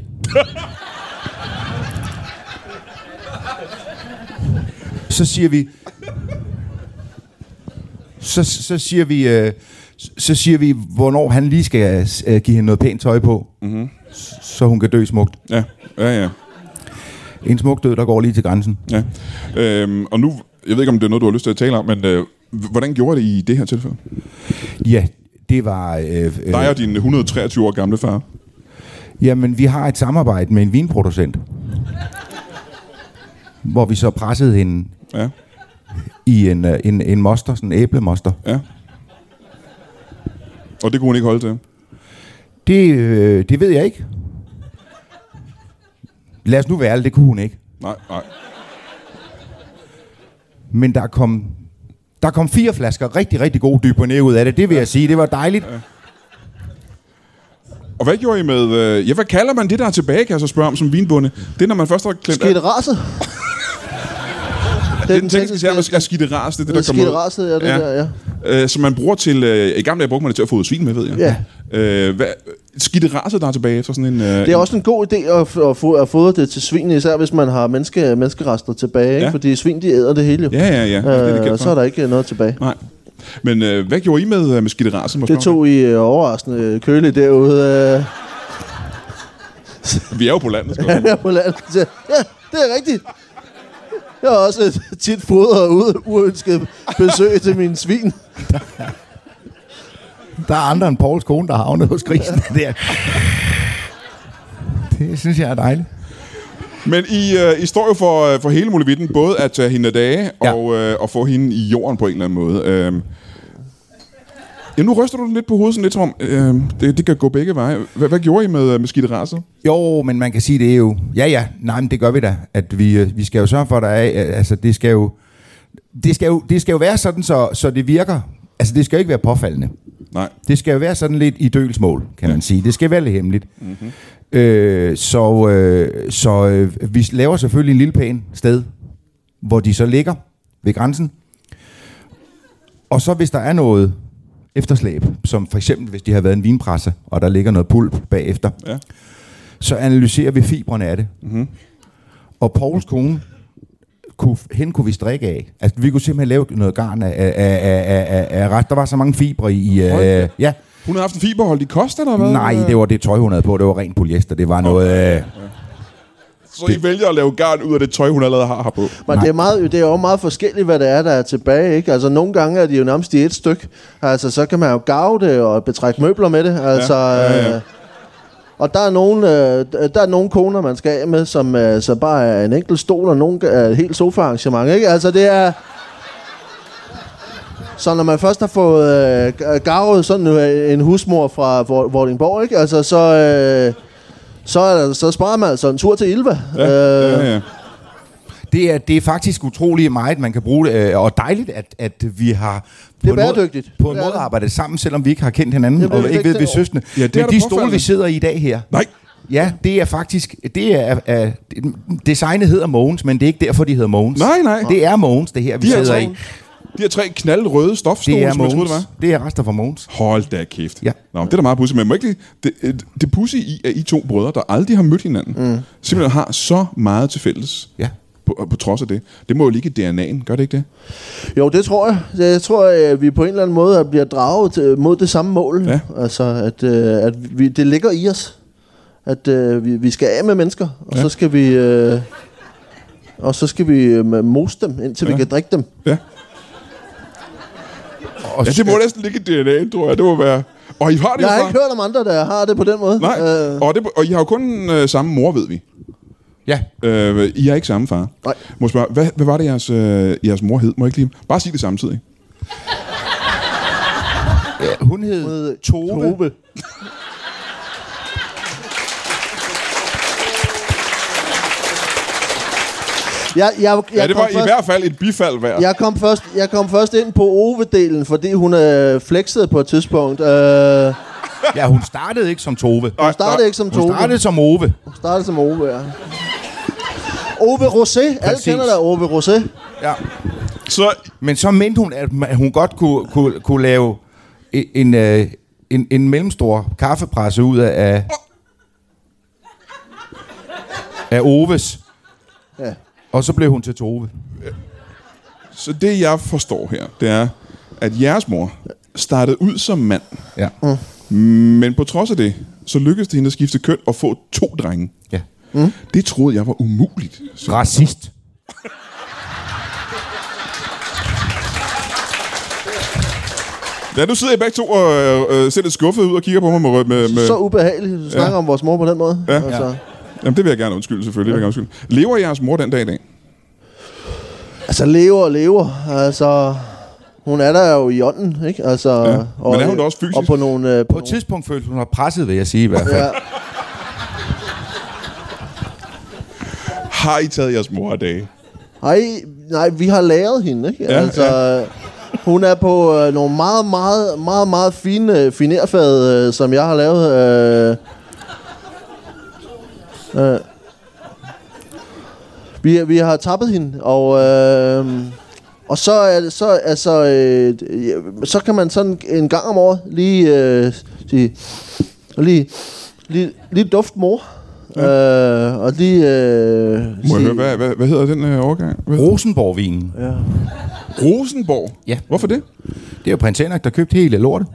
S4: Så siger vi, så, så siger vi, øh, så siger vi, hvornår han lige skal øh, give hende noget pænt tøj på, mm-hmm.
S3: Mhm.
S4: så hun kan dø smukt.
S3: Ja, ja, ja.
S4: En smuk død, der går lige til grænsen.
S3: ja. Øhm, og nu, jeg ved ikke, om det er noget, du har lyst til at tale om, men øh, h- hvordan gjorde I det i det her tilfælde?
S4: Ja, det var... Øh, øh,
S3: Dig og din 123 år gamle far.
S4: Jamen, vi har et samarbejde med en vinproducent, hvor vi så pressede hende
S3: Ja,
S4: i en, øh, en, en moster, sådan en æblemoster.
S3: ja. Og det kunne hun ikke holde til.
S4: Det, øh, det ved jeg ikke. Lad os nu være ærlige, det kunne hun ikke.
S3: Nej, nej.
S4: Men der kom, der kom fire flasker rigtig, rigtig gode dyboné ud af det. Det vil jeg sige, det var dejligt.
S3: Og hvad gjorde I med... Øh, ja, hvad kalder man det, der er tilbage, kan jeg så spørge om som vinbunde? Det er, når man først har klemt...
S2: Skete raset?
S3: det er den tekniske term, er skidteras, det er det, der
S2: Det er
S3: kommer ud.
S2: skitteraset, ja, det der, ja.
S3: Øh, som man bruger til... Øh, I gamle dage brugte man det til at fodre svin med, ved jeg.
S2: Ja.
S3: Øh, hvad, skitteraset, der er tilbage efter sådan en... Øh,
S2: Det er også en god idé at, f- at, få, at fodre det til svin, især hvis man har menneske, menneskerester tilbage, ikke?
S3: Ja.
S2: fordi svin de æder det hele jo.
S3: Ja, ja, ja. Det er det, de
S2: Øh,
S3: kendt
S2: så
S3: for.
S2: er der ikke noget tilbage.
S3: Nej. Men øh, hvad gjorde I med, øh, med skitteraset? må jeg
S2: Det
S3: spørge om?
S2: tog I øh, overraskende øh, køle derude øh, [LAUGHS]
S3: Vi er jo på landet, skal jeg sige.
S2: her på landet. Så, Ja, det er rigtigt. Jeg har også øh, tit fodret ud uønsket besøg til mine svin.
S4: Der er andre end Pauls kone, der har havnet hos grisen [LAUGHS] der. Det synes jeg er dejligt.
S3: Men I, øh, I står jo for, øh, for hele muligheden, både at tage hende af dage
S4: Ja.
S3: og, øh, og få hende i jorden på en eller anden måde. Øh, ja, nu ryster du den lidt på hovedet, sådan lidt som om, øh, det, det kan gå begge veje. Hvad, hvad gjorde I med, øh, med skitteraset?
S4: Jo, men man kan sige, det er jo... Ja, ja, nej, men det gør vi da. At vi, øh, vi skal jo sørge for, at der er... øh, Altså, det skal jo... Det skal jo, det skal jo være sådan, så, så det virker. Altså, det skal jo ikke være påfaldende.
S3: Nej.
S4: Det skal jo være sådan lidt idølsmål, kan man sige. Det skal være lidt hemmeligt.
S3: Mhm.
S4: Mm-hmm. Øh, så øh, så øh, vi laver selvfølgelig en lille pæn sted, hvor de så ligger ved grænsen. Og så hvis der er noget efterslæb, som for eksempel hvis de har været en vinpresse, og der ligger noget pulp bagefter,
S3: Ja.
S4: så analyserer vi fibrene af det. Mm-hmm.
S3: Mhm.
S4: Og Pauls kone, kunne, hende kunne vi strikke af. Altså, vi kunne simpelthen lave noget garn af, af, af, af, af, af rest. Der var så mange fibre i...
S3: Hold da.
S4: Øh, ja.
S3: Hun har haft en fiberholdig kost, eller hvad?
S4: Nej,
S2: øh,
S4: det var det tøj, hun havde på. Det var rent polyester. Det var noget... Øh,
S3: Så I vælger at lave garn ud af det tøj, hun allerede har her på.
S4: Øh.
S2: Men det er, meget, det er jo meget forskelligt, hvad det er, der er tilbage. Ikke? Altså, nogle gange er de jo nærmest i et stykke. Altså, så kan man jo gave det og betrække møbler med det. Altså,
S3: Ja,
S2: ja,
S3: ja,
S2: ja,
S3: ja.
S2: Øh, og der er, nogle, øh, der er nogle koner, man skal af med, som øh, så bare er en enkelt stol og nogle, øh, et helt sofaarrangement. Ikke? Altså, det er... Så når man først har fået øh, g- garvet sådan øh, en husmor fra Vor- Vordingborg, ikke? Altså, så, øh, så, er der, så sparer man altså en tur til Ilva.
S3: Ja,
S2: Øh,
S3: ja, ja.
S4: det, er, det er faktisk utrolig meget, man kan bruge det. Øh, og dejligt, at, at vi har... på en måde-
S2: bæredygtigt.
S4: På en
S2: Det er
S4: måde
S2: det.
S4: arbejdet sammen, selvom vi ikke har kendt hinanden,
S2: Det er
S4: og
S2: det,
S4: ikke
S2: det
S4: ved,
S2: er
S4: vi er
S2: det.
S4: søskende.
S3: Ja, det er
S4: Men
S3: da
S4: de stole,
S3: påfaldende.
S4: vi sidder i i dag her,
S3: Nej,
S4: Ja, det er faktisk... Det er, er, designet hedder Mogens, men det er ikke derfor, de hedder Mogens.
S3: Nej, nej.
S4: Det er Mogens, det her, vi
S3: de altså her,
S4: sidder
S3: tre,
S4: i.
S3: de her tre knaldrøde stofstole,
S4: Det er
S3: som jeg troede, det
S4: Mogens.
S3: var.
S4: Det er rester fra Mogens.
S3: Hold da kæft.
S4: Ja.
S3: Nå, det er da meget pudsigt, men må ikke lige, det, øh, det pudsige i, at I to brødre, der aldrig har mødt hinanden, mm. simpelthen har så meget til fælles.
S4: Ja.
S3: På, på trods af det. Det må jo ligge i DNA'en, gør det ikke det?
S2: Jo, det tror jeg. Det- Jeg tror, at vi på en eller anden måde at bliver draget øh, mod det samme mål.
S3: Ja.
S2: Altså, at, øh, at vi, det ligger i os. At øh, vi, vi skal af med mennesker, og
S3: Ja.
S2: ja. så skal vi... Øh, og så skal vi øh, mose dem, indtil ja.
S3: Ja.
S2: vi kan drikke dem.
S3: Ja.
S4: Og
S3: ja, det må næsten ligge i DNA'en, tror jeg. Det må være... Og I har
S2: Jeg
S3: det jo
S2: har
S3: fra...
S2: ikke hørt om andre, der har det på den måde.
S3: Nej, øh. og, det, og I har jo kun øh, samme mor, ved vi.
S4: Ja.
S3: Øh, I har ikke samme far.
S2: Nej.
S3: Må jeg spørge, hvad, hvad var det, jeres, øh, jeres mor hed? Må jeg ikke lige... Bare sige det samtidig.
S4: Hun hed Tove. Tove.
S2: Jeg, jeg, jeg,
S3: Ja, det
S2: kom
S3: var i
S2: først-
S3: hvert fald et bifald værd.
S2: Jeg kom, først, jeg kom først ind på Ove-delen, fordi hun øh, flexede på et tidspunkt. Øh,
S4: Ja, hun startede ikke som Tove.
S2: hun startede ikke som
S4: Hun
S2: Tove.
S4: startede som Ove.
S2: Startet som Ove, ja. Ove Rosé. Alle
S4: Præcis.
S2: kender da Ove Rosé.
S4: Ja.
S3: Så
S4: Men så mente hun, at man- hun godt kunne, kunne, kunne lave en, en, øh, en, en mellemstor kaffepresse ud af, af, af Oves.
S2: Ja.
S4: Og så blev hun til Tove.
S3: Så det, jeg forstår her, det er, at jeres mor startede ud som mand,
S4: Ja.
S3: men på trods af det, så lykkedes det hende at skifte køn og få to drenge.
S4: ja.
S3: Det troede jeg var umuligt. Så
S4: Racist.
S3: Ja, nu sidder I begge to og øh, øh, ser lidt skuffet ud og kigger på mig med... rød- med, med
S2: Så ubehageligt, du snakker ja. om vores mor på den måde.
S3: Ja.
S2: altså.
S3: Jamen, det vil jeg gerne undskylde, selvfølgelig. Ja. Vil jeg gerne undskylde. Lever jeres mor den dag i dag?
S2: altså, lever og lever. Altså, hun er der jo i ånden, ikke? Altså, ja.
S3: men er hun da også fysisk?
S2: Og på nogle... Øh, på
S4: På et tidspunkt følte hun var presset, vil jeg sige i hvert fald.
S2: ja.
S3: Har I taget jeres mor af dage?
S2: Ej, nej, vi har lavet hende, ikke?
S3: Ja,
S2: altså, ja. Hun er på øh, nogle meget, meget, meget, meget fine øh, finerfad, øh, som jeg har lavet. Øh, øh. Vi, vi har tappet hende, og, øh, og så, er det, så, altså, øh, ja, så kan man sådan en gang om året lige, øh, sige, lige, lige, lige dufte mor. Ja. Øh, og lige... Øh,
S3: Må jeg
S2: sige-
S3: høre, hvad, hvad, hvad hedder den øh, overgang? Hvad?
S4: Rosenborg-vinen.
S2: Ja.
S3: Rosenborg?
S4: Ja.
S3: Hvorfor det?
S4: Det er jo prins Henrik, der købte hele lortet.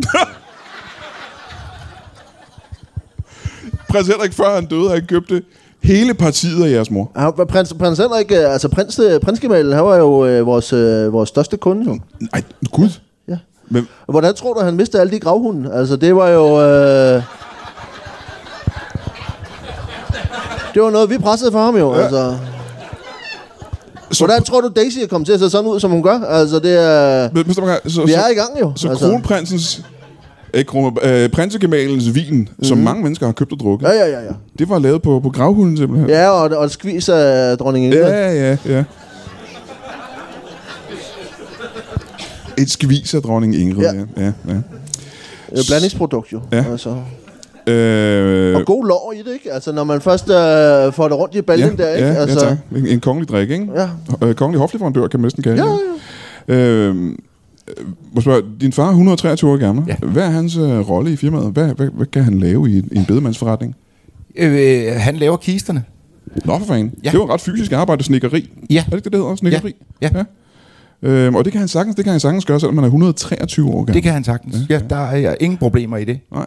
S3: Prins Henrik, før han døde, han købte hele partiet af jeres mor.
S2: Han, var- prins, prins Henrik, øh, altså prins, øh, prinsgemalen, han var jo øh, vores, øh, vores største kunde. Jo.
S3: Nej, gud.
S2: Ja.
S3: Men,
S2: Og Hvordan tror du, han mistede alle de gravhunde? Altså, det var jo... Øh, det var noget, vi pressede for ham jo. Ja. Altså.
S3: så,
S2: Hvordan tror du, Daisy er kommet til at se sådan ud, som hun gør? Altså, det er...
S3: Men- men stop en gang. så,
S2: Vi
S3: så,
S2: er i gang jo.
S3: så
S2: altså.
S3: kronprinsens... Ikke krone, øh, prinsegemalens vin, mm-hmm. som mange mennesker har købt og drukket,
S2: Mhm. Ja, ja, ja, ja.
S3: det var lavet på, på gravhunden simpelthen.
S2: Ja, og, og et skvis af dronning Ingrid. Ja.
S3: Ja, ja, ja. Et skvis af dronning Ingrid, ja.
S2: Ja.
S3: ja, ja,
S2: Blandingsprodukt jo.
S3: Ja.
S2: Altså.
S3: ja. Øh,
S2: Og god lov i det, ikke? Altså, når man først øh, får det rundt i ballen
S3: ja,
S2: der, ikke?
S3: Ja,
S2: altså,
S3: ja, tak. En, en kongelig drik, ikke?
S2: Ja.
S3: Øh, kongelig hofleverandør, kan man næsten kalde
S2: Ja,
S3: det. Øh, må spørge, din far er 123 år gammel.
S4: Ja.
S3: Hvad er hans øh, rolle i firmaet? Hvad, hvad, hvad kan han lave i, i en bedemandsforretning?
S4: Øh, han laver kisterne.
S3: Nå for fanden.
S4: Ja.
S3: Det var ret fysisk arbejde, snikkeri.
S4: Ja.
S3: Er det ikke det, det hedder? Snikkeri?
S4: Ja. Ja.
S3: Øhm, og det kan, han sagtens, det kan han sagtens gøre, selvom han er 123 år gammel.
S4: Det kan han sagtens. Ja, der er ingen problemer i det.
S3: Nej.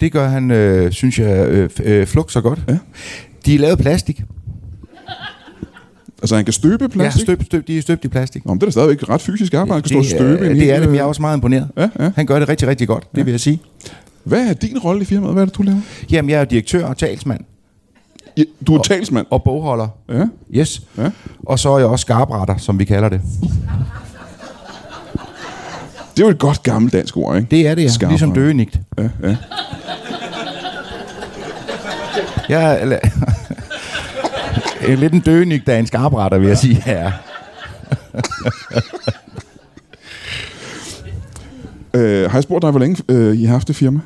S4: Det gør han, øh, synes jeg, øh, f- øh, flug så godt.
S3: Ja.
S4: De er lavet af plastik.
S3: Altså, han kan støbe plastik?
S4: Ja, støb, støb, de er støbt i plastik.
S3: Nå, men det er da stadigvæk ret fysisk arbejde. Han kan stå og
S4: det,
S3: støbe.
S4: er,
S3: en
S4: det
S3: hel,
S4: er det, men jeg er
S3: øh,
S4: også meget imponeret.
S3: Ja, ja.
S4: Han gør det rigtig, rigtig godt, det vil jeg sige.
S3: Hvad er din rolle i firmaet? Hvad er det, du laver?
S4: Jamen, jeg er jo direktør og talsmand
S3: Ja, Du er talsmand.
S4: og bogholder.
S3: Ja.
S4: Yes.
S3: Ja.
S4: Og så er jeg også skarpretter, som vi kalder det.
S3: Det er jo et godt gammelt dansk ord, ikke?
S4: Det er det, ja.
S3: Skarpretter.
S4: Ligesom døgenigt.
S3: Ja, ja.
S4: Jeg er, [LAUGHS] eller, Jeg er lidt en døgenigt, der er en skarpretter, vil jeg sige. Ja.
S3: Øh, har jeg spurgt dig, hvor længe øh, I har haft det firma?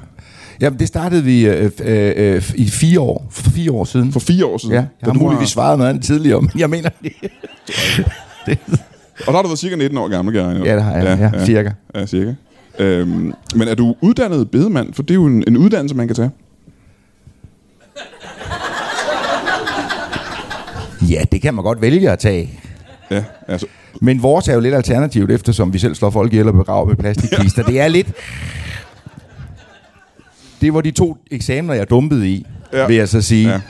S4: Jamen, det startede vi øh, øh, øh, i fire år, for fire år siden.
S3: For fire år siden?
S4: ja, jeg
S3: Da
S4: har
S3: du
S4: muligvis svaret noget andet tidligere, men jeg [LAUGHS] mener det.
S3: Og der har du været cirka 19 år gammel, kan jeg regne ud.
S4: Ja, det har jeg. Ja, cirka.
S3: Ja, cirka. Øhm, men er du uddannet bedemand? For det er jo en, en uddannelse, man kan tage.
S4: Ja, det kan man godt vælge at tage.
S3: Ja, altså.
S4: Men vores er jo lidt alternativt, eftersom vi selv slår folk ihjel og begraver med plastikkister. Det er lidt... Det var de to eksamener, jeg dumpede i,
S3: Ja.
S4: ja. vil jeg så sige.
S3: Ja.
S4: Ja.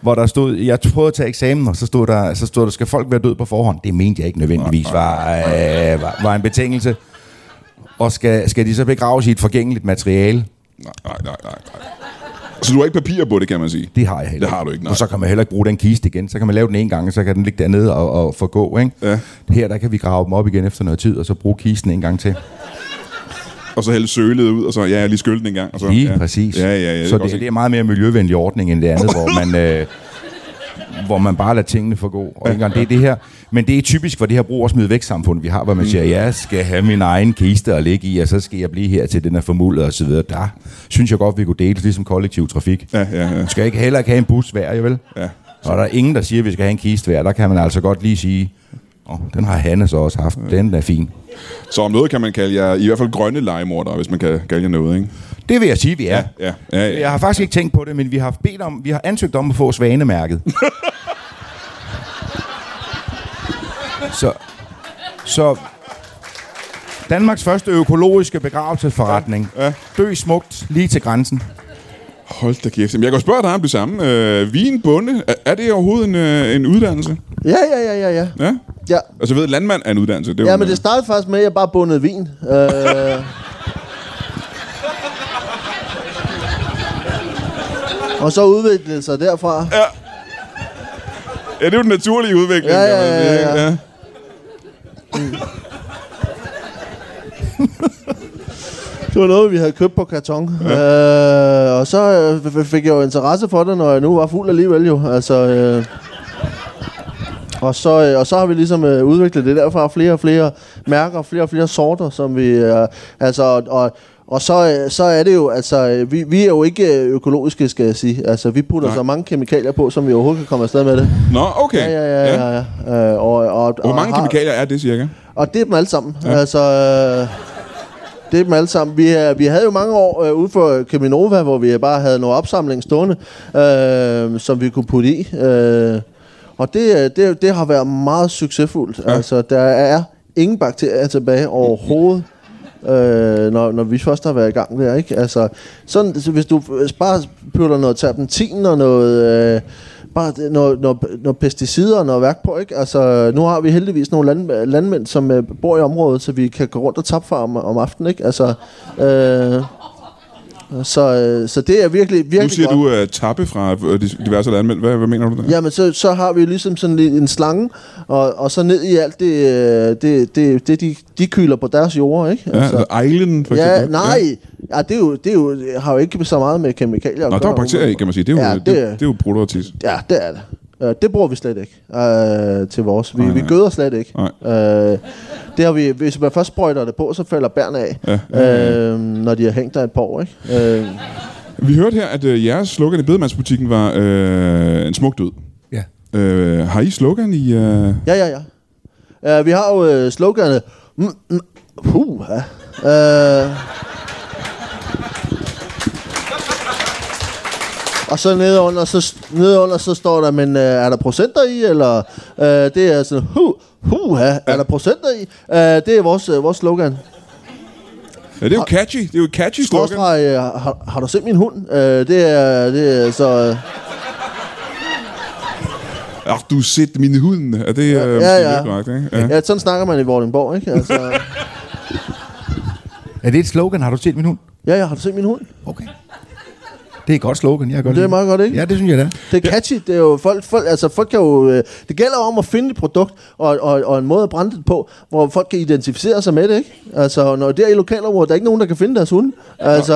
S4: Hvor der stod, jeg prøvede at tage eksamen, og så stod der, så stod der skal folk være død på forhånd? Det mente jeg ikke nødvendigvis var, øh, var, var en betingelse. Og skal, skal de så begraves i et forgængeligt materiale?
S3: Nej, nej, nej, nej. nej. Så du har ikke papir på det, kan man sige?
S4: Det har jeg heller
S3: Det har du ikke, nej.
S4: Og så kan man heller ikke bruge den kiste igen. Så kan man lave den en gang, og så kan den ligge dernede og, og forgå. Ikke?
S3: Ja.
S4: Her der kan vi grave dem op igen efter noget tid, og så bruge kisten en gang til.
S3: Og så hælde sølet ud, og så ja, lige skylden en gang. Og så,
S4: Lige
S3: ja.
S4: ja. præcis.
S3: Ja, ja, ja.
S4: så
S3: kan
S4: det,
S3: også
S4: det er meget mere miljøvenlig ordning end det andet, hvor
S3: [LAUGHS]
S4: man... Øh, hvor man bare lader tingene forgå. Og ikke engang det er det her. Men det er typisk for det her brug og smid væk samfund, vi har, hvor man
S3: Mm.
S4: siger, jeg skal have min egen kiste at ligge i, og så skal jeg blive her til den er formuldet og så videre. Der synes jeg godt, vi kunne dele ligesom kollektiv trafik.
S3: Ja, ja, ja.
S4: Man skal ikke heller ikke have en bus hver, jo vel?
S3: Ja.
S4: Og der er ingen, der siger, at vi skal have en kiste hver. Der kan man altså godt lige sige, oh, den har Hanne så også haft. Den er fin.
S3: Så om noget kan man kalde jer, i hvert fald grønne legemordere, hvis man kan kalde jer noget, ikke?
S4: Det vil jeg sige, vi er.
S3: Ja, ja, ja.
S4: Øh, Jeg har faktisk ikke tænkt på det, men vi har bedt om, vi har ansøgt om at få svanemærket. [LAUGHS] så, så Danmarks første økologiske begravelsesforretning. Ja. Dø smukt lige til grænsen.
S3: Hold da kæft. Jamen, jeg kan jo spørge dig om det samme. Øh, vinbonde, er, er det overhovedet en, øh, en uddannelse?
S2: Ja, ja, ja, ja, ja.
S3: Ja?
S2: Ja,
S3: Altså, jeg ved, landmand er en uddannelse. Det er jo
S2: ja
S3: en,
S2: men
S3: øh,
S2: det startede faktisk med, at jeg bare bundede vin. Øh, og så udviklede det sig derfra.
S3: Ja, det er jo den naturlige udvikling.
S2: Ja, ja,
S3: kan man
S2: ja,
S3: sige, ikke?
S2: ja. Det var noget, vi havde købt på karton. Ja. Øh, og så øh, f- fik jeg jo interesse for det, når jeg nu var fuld alligevel jo. Altså, øh, og, så, øh, og så har vi ligesom øh, udviklet det derfra. Flere og flere mærker, flere og flere sorter, som vi... Øh, altså, og- og, og så, øh, så er det jo, altså, øh, vi, vi er jo ikke øh, økologiske, skal jeg sige. Altså, vi putter Nej. så mange kemikalier på, som vi overhovedet kan komme afsted med det.
S3: Nå, okay.
S2: Ja, ja, ja, ja. ja. Øh, og, og, og,
S3: Hvor mange
S2: og har-
S3: kemikalier er det cirka?
S2: og det er dem alle sammen. Ja. Altså, øh, det er dem alle sammen. Vi, øh, vi havde jo mange år øh, ude for Keminova, hvor vi bare havde noget opsamling stående, øh, som vi kunne putte i. Øh, og det, øh, det, det har været meget succesfuldt. Ja. Altså, der er ingen bakterier tilbage overhovedet. Øh, når, når vi først har været i gang der, ikke? Altså, sådan, så hvis du øh, bare putter noget terpentin og noget, øh, bare det- noget, noget, noget pesticider og noget værk på, ikke? Altså, nu har vi heldigvis nogle land, landmænd, som øh, bor i området, så vi kan gå rundt og tappe for om, om aftenen, ikke? Altså, øh, så, øh, så det er virkelig, virkelig
S3: Nu siger
S2: godt.
S3: du uh, tappe fra øh, de diverse landmænd. Hvad, hvad mener du der?
S2: Jamen, så, så har vi ligesom sådan lidt en slange, og, og så ned i alt det, øh, det, det, det de, de kyler på deres jord, ikke?
S3: Ja, altså, Island, for
S2: Ja,
S3: eksempel.
S2: nej. Ja, det, er jo, det er jo, har jo ikke så meget med kemikalier at
S3: Nå, der er
S2: gøre.
S3: jo bakterier i, kan man sige. Det er jo,
S2: Ja,
S3: ja,
S2: det-
S3: det, det, er jo brutter og tis.
S2: Ja, det er det. Øh, Det bruger vi slet ikke øh, til vores. Vi, vi gøder slet ikke.
S3: Nej.
S2: Øh, det har vi, hvis man først sprøjter det på, så falder bærne af,
S3: Ja,
S2: øh, når de har hængt der et par år. Ikke? Øh,
S3: Vi hørte her, at øh, jeres slogan i Bedemandsbutikken var øh, en smuk død.
S4: Ja.
S3: Øh, har I slogan i... Øh...
S2: ja, ja, ja. Øh, vi har jo øh, sloganet... Mm, mm, puh, ja. øh, Og så nedenunder, så, nedenunder, så står der, men øh, er der procenter i, eller øh, det er sådan, hu, hu, er der procenter i? Øh, det er vores, øh, vores slogan.
S3: Ja, det er jo catchy. Det er jo et catchy slogan.
S2: Skråstreg, øh, har, har du set min hund? Øh, det er, det er så... Øh,
S3: Ach, du har set min hund. Er det ja, øh, måske
S2: ja,
S3: ja,
S2: ja.
S3: ja. korrekt, ikke? Ja.
S2: ja. ja, sådan snakker man i Vordingborg, ikke? Altså,
S3: [LAUGHS]
S4: Er det et slogan? Har du set min hund?
S2: ja, ja, har du set min hund?
S4: Okay. Det er et godt slogan, jeg kan godt
S2: Det er
S4: lide
S2: meget godt, ikke?
S4: Ja, det synes jeg, det er.
S2: Det er catchy, det er jo folk, folk altså folk kan jo, øh, det gælder om at finde et produkt og, og, og en måde at brænde det på, hvor folk kan identificere sig med det, ikke? Altså, når det er i lokalområdet, der er ikke nogen, der kan finde deres hunde. Altså,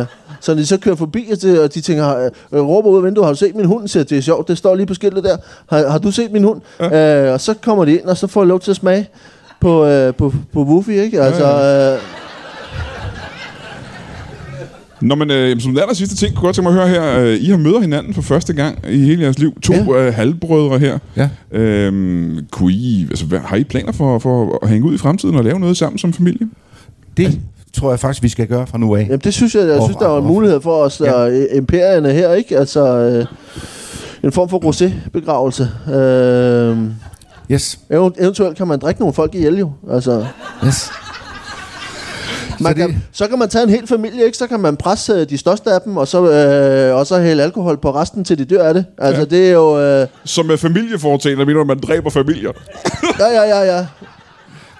S2: øh, så når de så kører forbi, og de, og de tænker, øh, øh, råber ud af vinduet, har du set min hund? Siger, det er sjovt, det står lige på skiltet der. Har, har du set min hund? Ja. Øh, og så kommer de ind, og så får de lov til at smage på, øh, på, på Woofy, ikke? Altså, øh,
S3: Nå, men øh, som den aller sidste ting, kunne jeg godt tænke mig at høre her. Øh, I har møder hinanden for første gang i hele jeres liv. To
S2: Ja.
S3: ja. øh, halvbrødre her.
S4: Ja.
S3: Øhm, kunne I, altså, hvad, har I planer for, for at hænge ud i fremtiden og lave noget sammen som familie?
S4: Det tror jeg faktisk, vi skal gøre fra nu af.
S2: Jamen det synes jeg, jeg synes, der er en mulighed for os, ja. og øh, imperierne her, ikke? Altså, øh, en form for rosé-begravelse. Øh,
S4: Yes.
S2: ev- eventuelt kan man drikke nogle folk ihjel jo. Altså,
S4: Yes.
S2: man så,
S4: det-
S2: kan, så kan man tage en hel familie, ikke? Så kan man presse øh, de største af dem, og så, øh, og så hælde alkohol på resten, til de dør af det. Altså, ja. det er jo... Øh,
S3: Som er familieforetagende, mener du, at man dræber familier?
S2: ja, ja, ja, ja.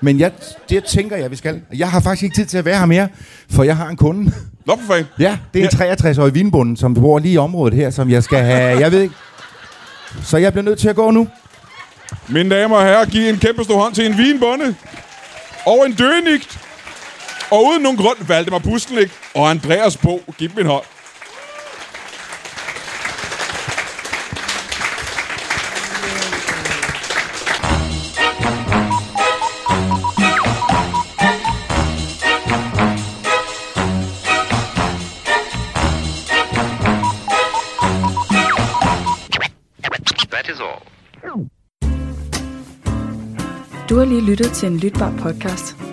S4: Men jeg, det tænker jeg, vi skal. Jeg har faktisk ikke tid til at være her mere, for jeg har en kunde.
S3: Nå, for fanden.
S4: Ja, det er en 63-årig vinbunden, som bor lige i området her, som jeg skal have. Jeg ved ikke. Så jeg bliver nødt til at gå nu.
S3: Mine damer og herrer, giv en kæmpe stor hånd til en vinbonde. Og en dønigt. Og uden nogen grund, Valdemar Pustelnik og Andreas Bo. Giv dem en hånd.
S5: That is all.
S6: Du har lige lyttet til en lytbar podcast.